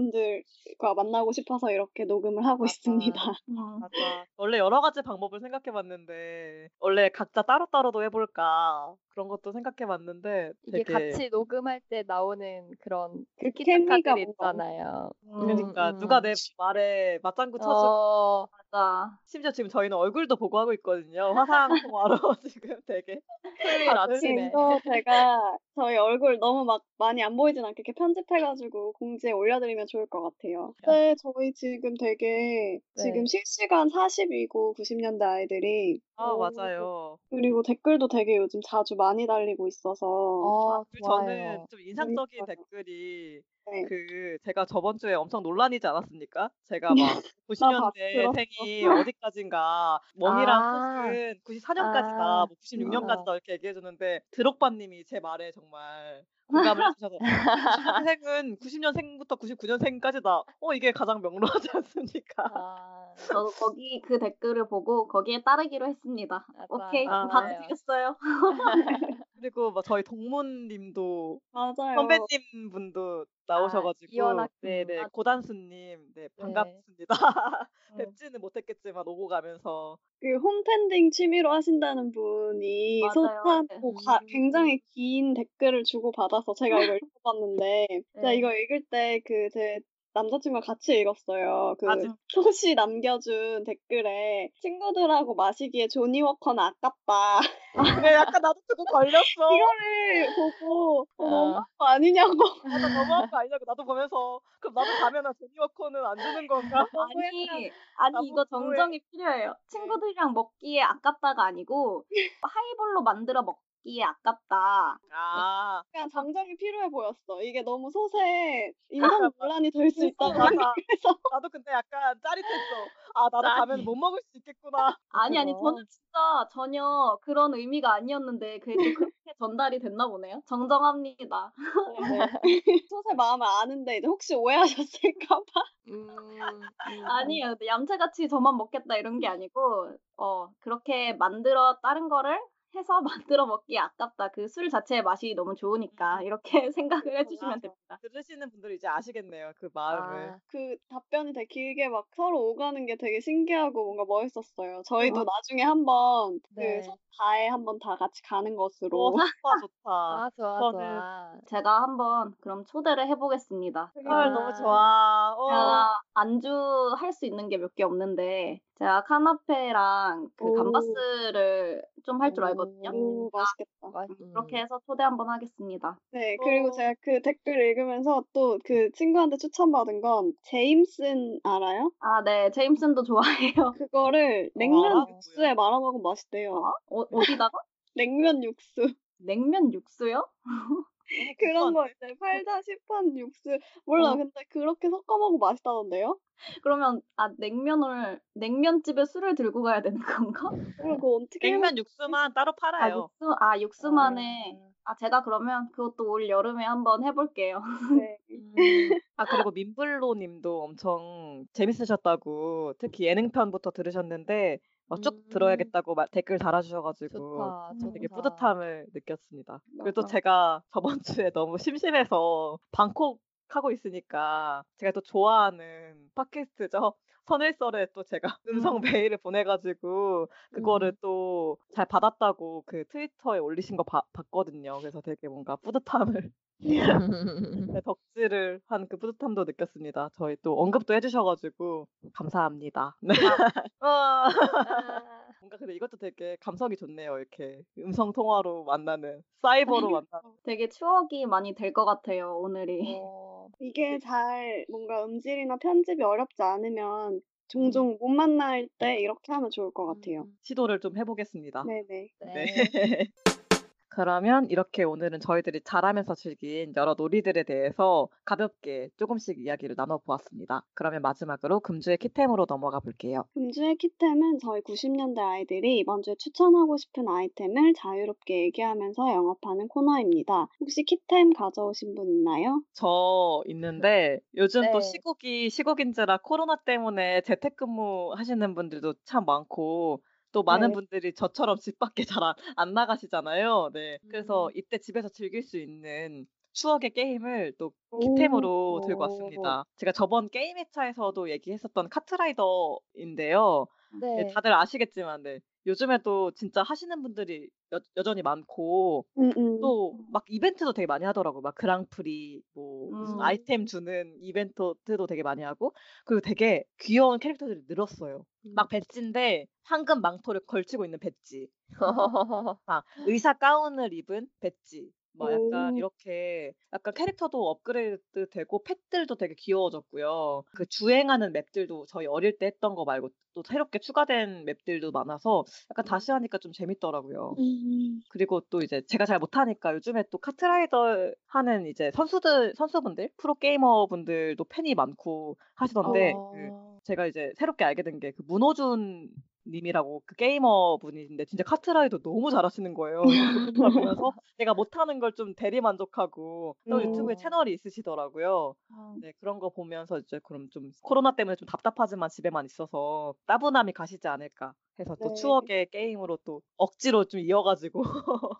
Speaker 1: 청취자분들과 만나고 싶어서 이렇게 녹음을 하고
Speaker 4: 맞아.
Speaker 1: 있습니다.
Speaker 2: 네.
Speaker 3: 음.
Speaker 4: 맞아. 원래 여러 가지 방법을 생각해봤는데 원래 각자 따로따로도 해볼까 그런 것도 생각해봤는데
Speaker 2: 이게
Speaker 4: 되게
Speaker 2: 같이 녹음할 때 나오는 그런
Speaker 1: 그 케미가
Speaker 2: 티키타카들
Speaker 1: 뭔가
Speaker 2: 있잖아요.
Speaker 4: 그러니까
Speaker 2: 음,
Speaker 4: 누가
Speaker 2: 음.
Speaker 4: 내 말에 맞장구 쳐주고
Speaker 2: 어,
Speaker 3: 맞아.
Speaker 4: 심지어 지금 저희는 얼굴도 보고 하고 있거든요. 화상 통화로 지금 되게
Speaker 2: 토요일
Speaker 4: 아,
Speaker 2: 아침에
Speaker 1: 네, 그래서 제가 저희 얼굴 너무 막 많이 안 보이진 않게 이렇게 편집해가지고 공지에 올려드리면 좋을 것 같아요. 네, 저희 지금 되게 지금
Speaker 2: 네.
Speaker 1: 실시간 40이고 90년대 아이들이
Speaker 4: 아
Speaker 1: 오.
Speaker 4: 맞아요.
Speaker 1: 그리고 댓글도 되게 요즘 자주 많이 달리고 있어서
Speaker 2: 어,
Speaker 4: 그리고
Speaker 2: 좋아요.
Speaker 4: 저는 좀 인상적인
Speaker 1: 재밌어요.
Speaker 4: 댓글이
Speaker 1: 네.
Speaker 4: 그 제가 저번 주에 엄청 논란이지 않았습니까? 제가
Speaker 2: 네.
Speaker 4: 막 90년대
Speaker 1: 봤어.
Speaker 4: 생이 어디까지인가 멍이랑
Speaker 2: 아.
Speaker 4: 뜻은 94년까지다,
Speaker 2: 아.
Speaker 4: 뭐 96년까지다 이렇게 얘기해줬는데 드록바님이 제 말에 정말 공감을 해주셔서 90년생은 90년생부터 99년생까지다. 어 이게 가장 명료하지 않습니까?
Speaker 2: 아,
Speaker 3: 저도 거기 그 댓글을 보고 거기에 따르기로 했습니다.
Speaker 6: 맞아,
Speaker 3: 오케이,
Speaker 4: 맞아요.
Speaker 3: 받아들였어요.
Speaker 4: 그리고 막 저희 동문님도
Speaker 1: 맞아요.
Speaker 4: 선배님 분도 나오셔가지고
Speaker 2: 이원학
Speaker 4: 네네
Speaker 2: 님.
Speaker 4: 고단수님 네 반갑습니다.
Speaker 2: 음, 어.
Speaker 1: 네,
Speaker 4: 뵙지는 못했겠지만 오고 가면서
Speaker 1: 그 홈팬딩 취미로 하신다는 분이
Speaker 3: 맞아요.
Speaker 1: 소타고 과-
Speaker 2: 음.
Speaker 1: 굉장히 긴 댓글을 주고받아서 제가 이걸 읽어봤는데 제가
Speaker 3: 네.
Speaker 1: 이거 읽을 때 그 제 남자친구랑 같이 읽었어요. 그
Speaker 4: 아, 진-
Speaker 1: 소시 남겨준 댓글에 친구들하고 마시기에 조니워커는 아깝다.
Speaker 4: 그래 네, 약간 나도 그거 걸렸어.
Speaker 1: 이거를 보고 어,
Speaker 2: 아.
Speaker 1: 너무한 거 아니냐고
Speaker 4: 나도 너무한 거 아니냐고 나도 보면서 그럼 나도 가면은 조니워커는 안 주는 건가? 뭐
Speaker 3: 아니, 어, 아니 이거
Speaker 4: 나보고 해.
Speaker 3: 정정이
Speaker 4: 네.
Speaker 3: 필요해요. 친구들이랑 먹기에 아깝다가 아니고 하이볼로 만들어 먹기에 아깝다.
Speaker 4: 아
Speaker 1: 약간 장정이 필요해 보였어. 이게 너무 소세 인성 논란이 될 수
Speaker 3: 그러니까.
Speaker 1: 있다고
Speaker 4: 맞아.
Speaker 1: 생각해서
Speaker 4: 나도 근데 약간 짜릿했어. 아 나도 가면 못 먹을 수 있겠구나.
Speaker 3: 아니 아니
Speaker 2: 그거.
Speaker 3: 저는 진짜 전혀 그런 의미가 아니었는데 그게 또 그렇게 전달이 됐나 보네요. 정정합니다.
Speaker 1: 소세 마음을 아는데 이제 혹시 오해하셨을까봐.
Speaker 2: 음, 음.
Speaker 3: 아니에요. 근데 얌체같이 저만 먹겠다 이런 게 아니고 어 그렇게 만들어 다른 거를 해서 만들어 먹기 아깝다. 그 술 자체의 맛이 너무 좋으니까 이렇게 생각을 해주시면
Speaker 4: 음. 맞아.
Speaker 3: 됩니다.
Speaker 4: 어, 들으시는 분들이 이제 아시겠네요 그 마음을.
Speaker 2: 아,
Speaker 1: 그 답변이 되게 길게 막 서로 오가는 게 되게 신기하고 뭔가 멋있었어요. 저희도
Speaker 3: 어.
Speaker 1: 나중에 한번
Speaker 2: 네.
Speaker 1: 그 소다에 한번 다 같이 가는
Speaker 4: 오
Speaker 3: 어,
Speaker 1: 것으로.
Speaker 4: 좋다 좋다.
Speaker 2: 아, 좋아,
Speaker 4: 저는-
Speaker 2: 좋아.
Speaker 3: 제가 한번 그럼 초대를 해보겠습니다.
Speaker 4: 헐 아, 너무 좋아. 어.
Speaker 3: 제가 안주 할 수 있는 게 몇 개 없는데 제가 카나페랑 그
Speaker 1: 오.
Speaker 3: 감바스를 좀 할 줄 알거든요. 아.
Speaker 1: 오, 맛있겠다.
Speaker 2: 맛있- 음.
Speaker 3: 그렇게
Speaker 4: 음.
Speaker 3: 해서 초대 한번 하겠습니다.
Speaker 1: 네, 그리고
Speaker 4: 어.
Speaker 1: 제가 그 댓글 읽으면서 또 그 친구한테 추천받은 건 제임슨 알아요?
Speaker 3: 아, 네. 제임슨도 좋아해요.
Speaker 1: 그거를
Speaker 4: 알아?
Speaker 1: 냉면
Speaker 4: 뭐야?
Speaker 1: 육수에 말아 먹으면 맛있대요.
Speaker 3: 어? 어, 디다가
Speaker 1: 냉면 육수.
Speaker 3: 냉면 육수요?
Speaker 1: 그런 거 이제 팔다 싶은 육수. 몰라,
Speaker 3: 어.
Speaker 1: 근데 그렇게 섞어 먹으면 맛있다던데요?
Speaker 3: 그러면 아, 냉면을 냉면집에 술을 들고 가야 되는 건가?
Speaker 1: 그리고 어떻게 해
Speaker 4: 냉면 육수만 따로
Speaker 3: 아,
Speaker 4: 팔아요.
Speaker 3: 육수 아,
Speaker 2: 어.
Speaker 3: 육수만에 아, 제가 그러면 그것도 올 여름에 한번 해볼게요.
Speaker 1: 먹는데.
Speaker 2: 음.
Speaker 4: 아 그리고 민블로님도 엄청 재밌으셨다고 특히 예능편부터 들으셨는데 어, 쭉
Speaker 2: 음.
Speaker 4: 들어야겠다고 마- 댓글 달아주셔가지고
Speaker 2: 좋다,
Speaker 3: 음,
Speaker 4: 되게
Speaker 2: 좋다.
Speaker 4: 뿌듯함을 느꼈습니다. 그리고 또
Speaker 3: 맞아.
Speaker 4: 제가 저번 주에 너무 심심해서 방콕 하고 있으니까 제가 또 좋아하는 팟캐스트죠. 선일설에 또 제가 음성 메일을 보내가지고
Speaker 2: 음.
Speaker 4: 그거를 또 잘 받았다고 그 트위터에 올리신 거 봐- 봤거든요. 그래서 되게 뭔가 뿌듯함을
Speaker 2: 어,
Speaker 4: 네, 덕질을 한 그 뿌듯함도 느꼈습니다. 저희 또 언급도 해주셔가지고 감사합니다. 네.
Speaker 6: 아,
Speaker 4: 아, 뭔가 근데 이것도 되게 감성이 좋네요. 이렇게 음성 통화로 만나는 사이버로 만나는
Speaker 3: 되게 추억이 많이 될 것 같아요,
Speaker 1: 네,
Speaker 3: 오늘이.
Speaker 2: 어,
Speaker 1: 이게 잘 뭔가 음질이나 편집이 어렵지 않으면
Speaker 4: 음.
Speaker 1: 종종 못 만날 때 이렇게 하면 좋을 것 같아요.
Speaker 4: 시도를 좀 해보겠습니다.
Speaker 1: 네네.
Speaker 4: 네. 그러면 이렇게 오늘은 저희들이 잘하면서 즐긴 여러 놀이들에 대해서 가볍게 조금씩 이야기를 나눠보았습니다. 그러면 마지막으로 금주의 키템으로 넘어가 볼게요.
Speaker 1: 금주의 키템은 저희 90년대 아이들이 이번 주에 추천하고 싶은 아이템을 자유롭게 얘기하면서 영업하는 코너입니다. 혹시 키템 가져오신 분 있나요?
Speaker 4: 저 있는데 요즘 또
Speaker 6: 네.
Speaker 4: 시국이 시국인지라 코로나 때문에 재택근무 하시는 분들도 참 많고 또 많은
Speaker 1: 네.
Speaker 4: 분들이 저처럼 집 밖에 잘 안 나가시잖아요. 네. 그래서
Speaker 2: 음.
Speaker 4: 이때 집에서 즐길 수 있는 추억의 게임을 또
Speaker 1: 오,
Speaker 4: 키템으로 들고
Speaker 1: 오.
Speaker 4: 왔습니다. 제가 저번 게임 회차에서도 얘기했었던 카트라이더인데요. 네,
Speaker 6: 네.
Speaker 4: 다들 아시겠지만 네. 요즘에도 진짜 하시는 분들이 여, 여전히 많고
Speaker 1: 음, 음.
Speaker 4: 또 막 이벤트도 되게 많이 하더라고. 막 그랑프리 뭐 무슨
Speaker 3: 음.
Speaker 4: 아이템 주는 이벤트도 되게 많이 하고 그리고 되게 귀여운 캐릭터들이 늘었어요.
Speaker 1: 음.
Speaker 4: 막 배지인데 황금 망토를 걸치고 있는 배지. 막 의사 가운을 입은 배지. 막 약간
Speaker 1: 오.
Speaker 4: 이렇게 약간 캐릭터도 업그레이드 되고 펫들도 되게 귀여워졌고요. 그 주행하는 맵들도 저희 어릴 때 했던 거 말고 또 새롭게 추가된 맵들도 많아서 약간 다시 하니까 좀 재밌더라고요.
Speaker 1: 음,
Speaker 4: 그리고 또 이제 제가 잘 못하니까 요즘에 또 카트라이더 하는 이제 선수들 선수분들 프로 게이머 분들도 팬이 많고 하시던데 그
Speaker 2: 어,
Speaker 4: 제가 이제 새롭게 알게 된 게 그 문호준 님이라고 그 게이머 분이신데 진짜 카트라이더 너무 잘하시는 거예요. 그래서 그걸 보면서 내가 못하는 걸 좀 대리 만족하고 또
Speaker 1: 음.
Speaker 4: 유튜브에 채널이 있으시더라고요.
Speaker 2: 어,
Speaker 4: 네 그런 거 보면서 이제 그럼 좀 코로나 때문에 좀 답답하지만 집에만 있어서 따분함이 가시지 않을까 해서 또
Speaker 1: 네.
Speaker 4: 추억의 게임으로 또 억지로 좀 이어가지고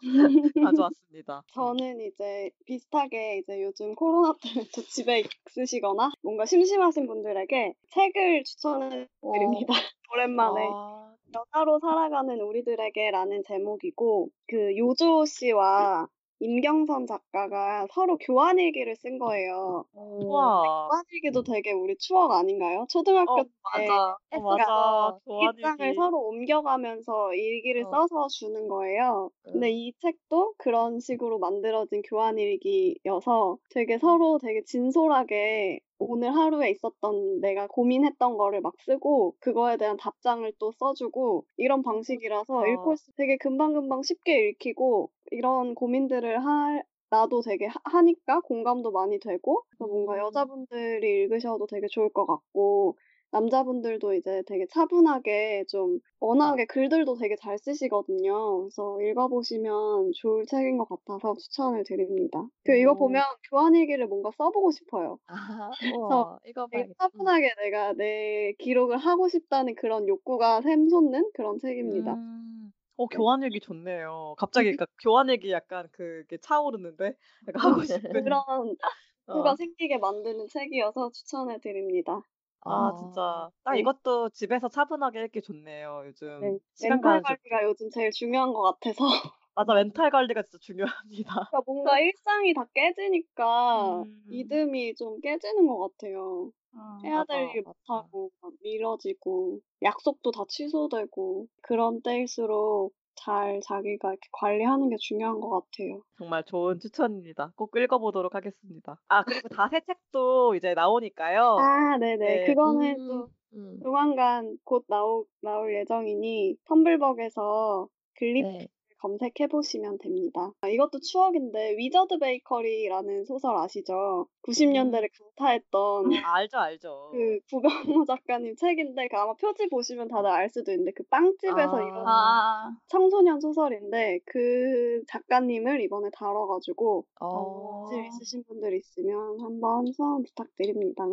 Speaker 4: 가져왔습니다.
Speaker 1: 저는 이제 비슷하게 이제 요즘 코로나 때문에 또 집에 있으시거나 뭔가 심심하신 분들에게 책을 추천해
Speaker 4: 어.
Speaker 1: 드립니다. 오랜만에
Speaker 2: 아,
Speaker 1: 여자로 살아가는 우리들에게라는 제목이고 그 요조 씨와 임경선 작가가 서로 교환일기를 쓴 거예요.
Speaker 4: 아. 와
Speaker 1: 교환일기도 되게 우리 추억 아닌가요? 초등학교
Speaker 4: 어,
Speaker 1: 때
Speaker 3: 맞아.
Speaker 4: 어, 맞아
Speaker 1: 일기장을
Speaker 4: 교환일기 어,
Speaker 1: 서로 옮겨가면서 일기를
Speaker 2: 어.
Speaker 1: 써서 주는 거예요.
Speaker 4: 네.
Speaker 1: 근데 이 책도 그런 식으로 만들어진 교환일기여서 되게
Speaker 4: 음.
Speaker 1: 서로 되게 진솔하게 오늘 하루에 있었던 내가 고민했던 거를 막 쓰고 그거에 대한 답장을 또 써주고
Speaker 4: 아.
Speaker 1: 이런 방식이라서
Speaker 4: 좋다.
Speaker 6: 어.
Speaker 1: 읽고 있- 되게 금방금방 쉽게 읽히고 이런 고민들을 할 나도 되게 하- 하니까 공감도 많이 되고 그래서 뭔가
Speaker 6: 음.
Speaker 1: 여자분들이 읽으셔도 되게 좋을 것 같고 남자분들도 이제 되게 차분하게 좀 워낙에 글들도 되게 잘 쓰시거든요. 그래서 읽어보시면 좋을 책인 것 같아서 추천을 드립니다. 그 이거
Speaker 2: 오.
Speaker 6: 음.
Speaker 1: 보면 교환일기를 뭔가 써보고 싶어요.
Speaker 2: 아,
Speaker 6: 우와, 이거
Speaker 1: 되게
Speaker 6: 봐야겠다.
Speaker 1: 차분하게 내가 내 기록을 하고 싶다는 그런 욕구가 샘솟는 그런 책입니다.
Speaker 4: 음. 어 교환일기 좋네요. 갑자기 그러니까 교환일기 약간 그게 차오르는데 약간 하고 싶은
Speaker 1: 그런
Speaker 4: 어.
Speaker 1: 욕구가 생기게 만드는 책이어서 추천해 드립니다.
Speaker 2: 어.
Speaker 4: 아
Speaker 2: 음.
Speaker 4: 진짜 딱
Speaker 1: 네.
Speaker 4: 이것도 집에서 차분하게 읽기 좋네요. 요즘
Speaker 1: 네.
Speaker 4: 시간
Speaker 1: 멘탈
Speaker 4: 가는 줄
Speaker 1: 관리가 요즘 제일 중요한 것 같아서
Speaker 4: 맞아 멘탈 관리가 진짜 중요합니다.
Speaker 1: 그러니까 뭔가 일상이 다 깨지니까
Speaker 4: 음.
Speaker 1: 믿음이 좀 깨지는 것 같아요.
Speaker 3: 음,
Speaker 1: 해야
Speaker 4: 맞아,
Speaker 1: 될 일
Speaker 4: 맞아.
Speaker 1: 못하고 막 미뤄지고 약속도 다 취소되고 그런 때일수록 잘 자기가 이렇게 관리하는 게 중요한 것 같아요.
Speaker 4: 정말 좋은 추천입니다. 꼭 읽어보도록 하겠습니다. 아 그리고 다새 책도 이제 나오니까요.
Speaker 1: 아, 네네.
Speaker 4: 네.
Speaker 1: 그거는 또
Speaker 6: 음,
Speaker 1: 조만간 곧 나오, 나올 예정이니 텀블벅에서 글리프
Speaker 6: 네.
Speaker 1: 검색해 보시면 됩니다. 아, 이것도 추억인데 위저드 베이커리라는 소설 아시죠? 90년대를
Speaker 2: 음.
Speaker 1: 강타했던
Speaker 4: 아, 알죠 알죠.
Speaker 1: 그 구병호 작가님 책인데 그 아마 표지 보시면 다들 알 수도 있는데 그 빵집에서
Speaker 2: 아.
Speaker 1: 이런
Speaker 3: 아,
Speaker 1: 청소년 소설인데 그 작가님을 이번에 다뤄가지고
Speaker 2: 어,
Speaker 1: 관심 있으신 분들 있으면 한번 소원 부탁드립니다.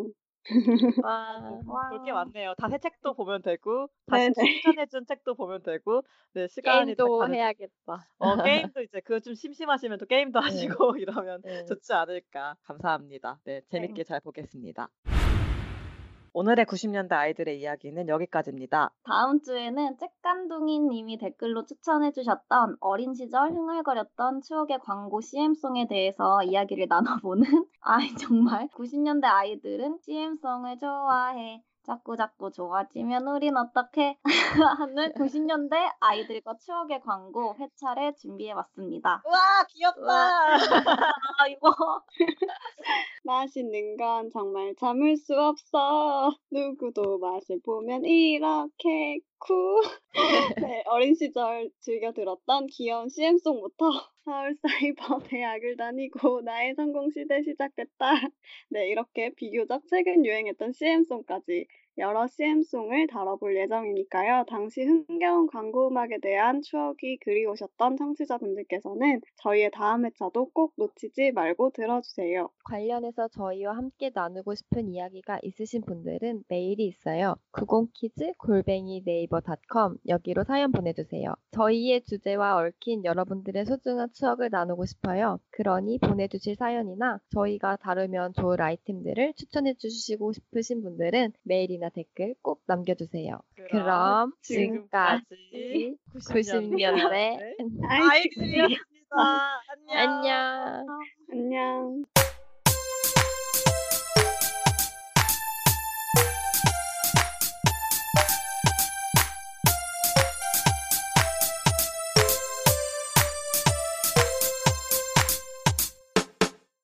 Speaker 2: 와.
Speaker 4: 아, 볼 게 많네요. 다 새 책도 보면 되고,
Speaker 1: 네네.
Speaker 4: 다시 추천해준 책도 보면 되고, 네 시간이 딱
Speaker 2: 게임도
Speaker 4: 가는-
Speaker 2: 해야겠다.
Speaker 4: 어, 게임도 이제 그거 좀 심심하시면 또 게임도 하시고 이러면
Speaker 2: 네.
Speaker 4: 좋지 않을까. 감사합니다. 네, 재밌게 잘 보겠습니다. 오늘의 90년대 아이들의 이야기는 여기까지입니다.
Speaker 3: 다음 주에는 잭간둥이님이 댓글로 추천해주셨던 어린 시절 흥얼거렸던 추억의 광고 CM송에 대해서 이야기를 나눠보는 아이 정말 90년대 아이들은 CM송을 좋아해 자꾸 자꾸 좋아지면 우린 어떡해 하는 90년대 아이들과 추억의 광고 회차를 준비해봤습니다.
Speaker 2: 아,
Speaker 4: 와 귀엽다.
Speaker 3: 아 이거
Speaker 1: 맛있는 건 정말 참을 수 없어. 누구도 맛을 보면 이렇게 쿠. 네, 어린 시절 즐겨 들었던 귀여운 CM송부터 서울 사이버 대학을 다니고 나의 성공 시대 시작됐다. 네, 이렇게 비교적 최근 유행했던 CM송까지 여러 CM송을 다뤄볼 예정이니까요. 당시 흥겨운 광고 음악에 대한 추억이 그리우셨던 청취자분들께서는 저희의 다음 회차도 꼭 놓치지 말고 들어주세요.
Speaker 2: 관련해서 저희와 함께 나누고 싶은 이야기가 있으신 분들은 메일이 있어요. 90키즈 골뱅이 네이버닷컴 여기로 사연 보내주세요. 저희의 주제와 얽힌 여러분들의 소중한 추억을 나누고 싶어요. 그러니 보내주실 사연이나 저희가 다루면 좋을 아이템들을 추천해 주시고 싶으신 분들은 메일이나 댓글 꼭 남겨주세요. 그럼 지금까지 90년대
Speaker 4: 네. 아이들이었습니다. 안녕.
Speaker 2: 안녕.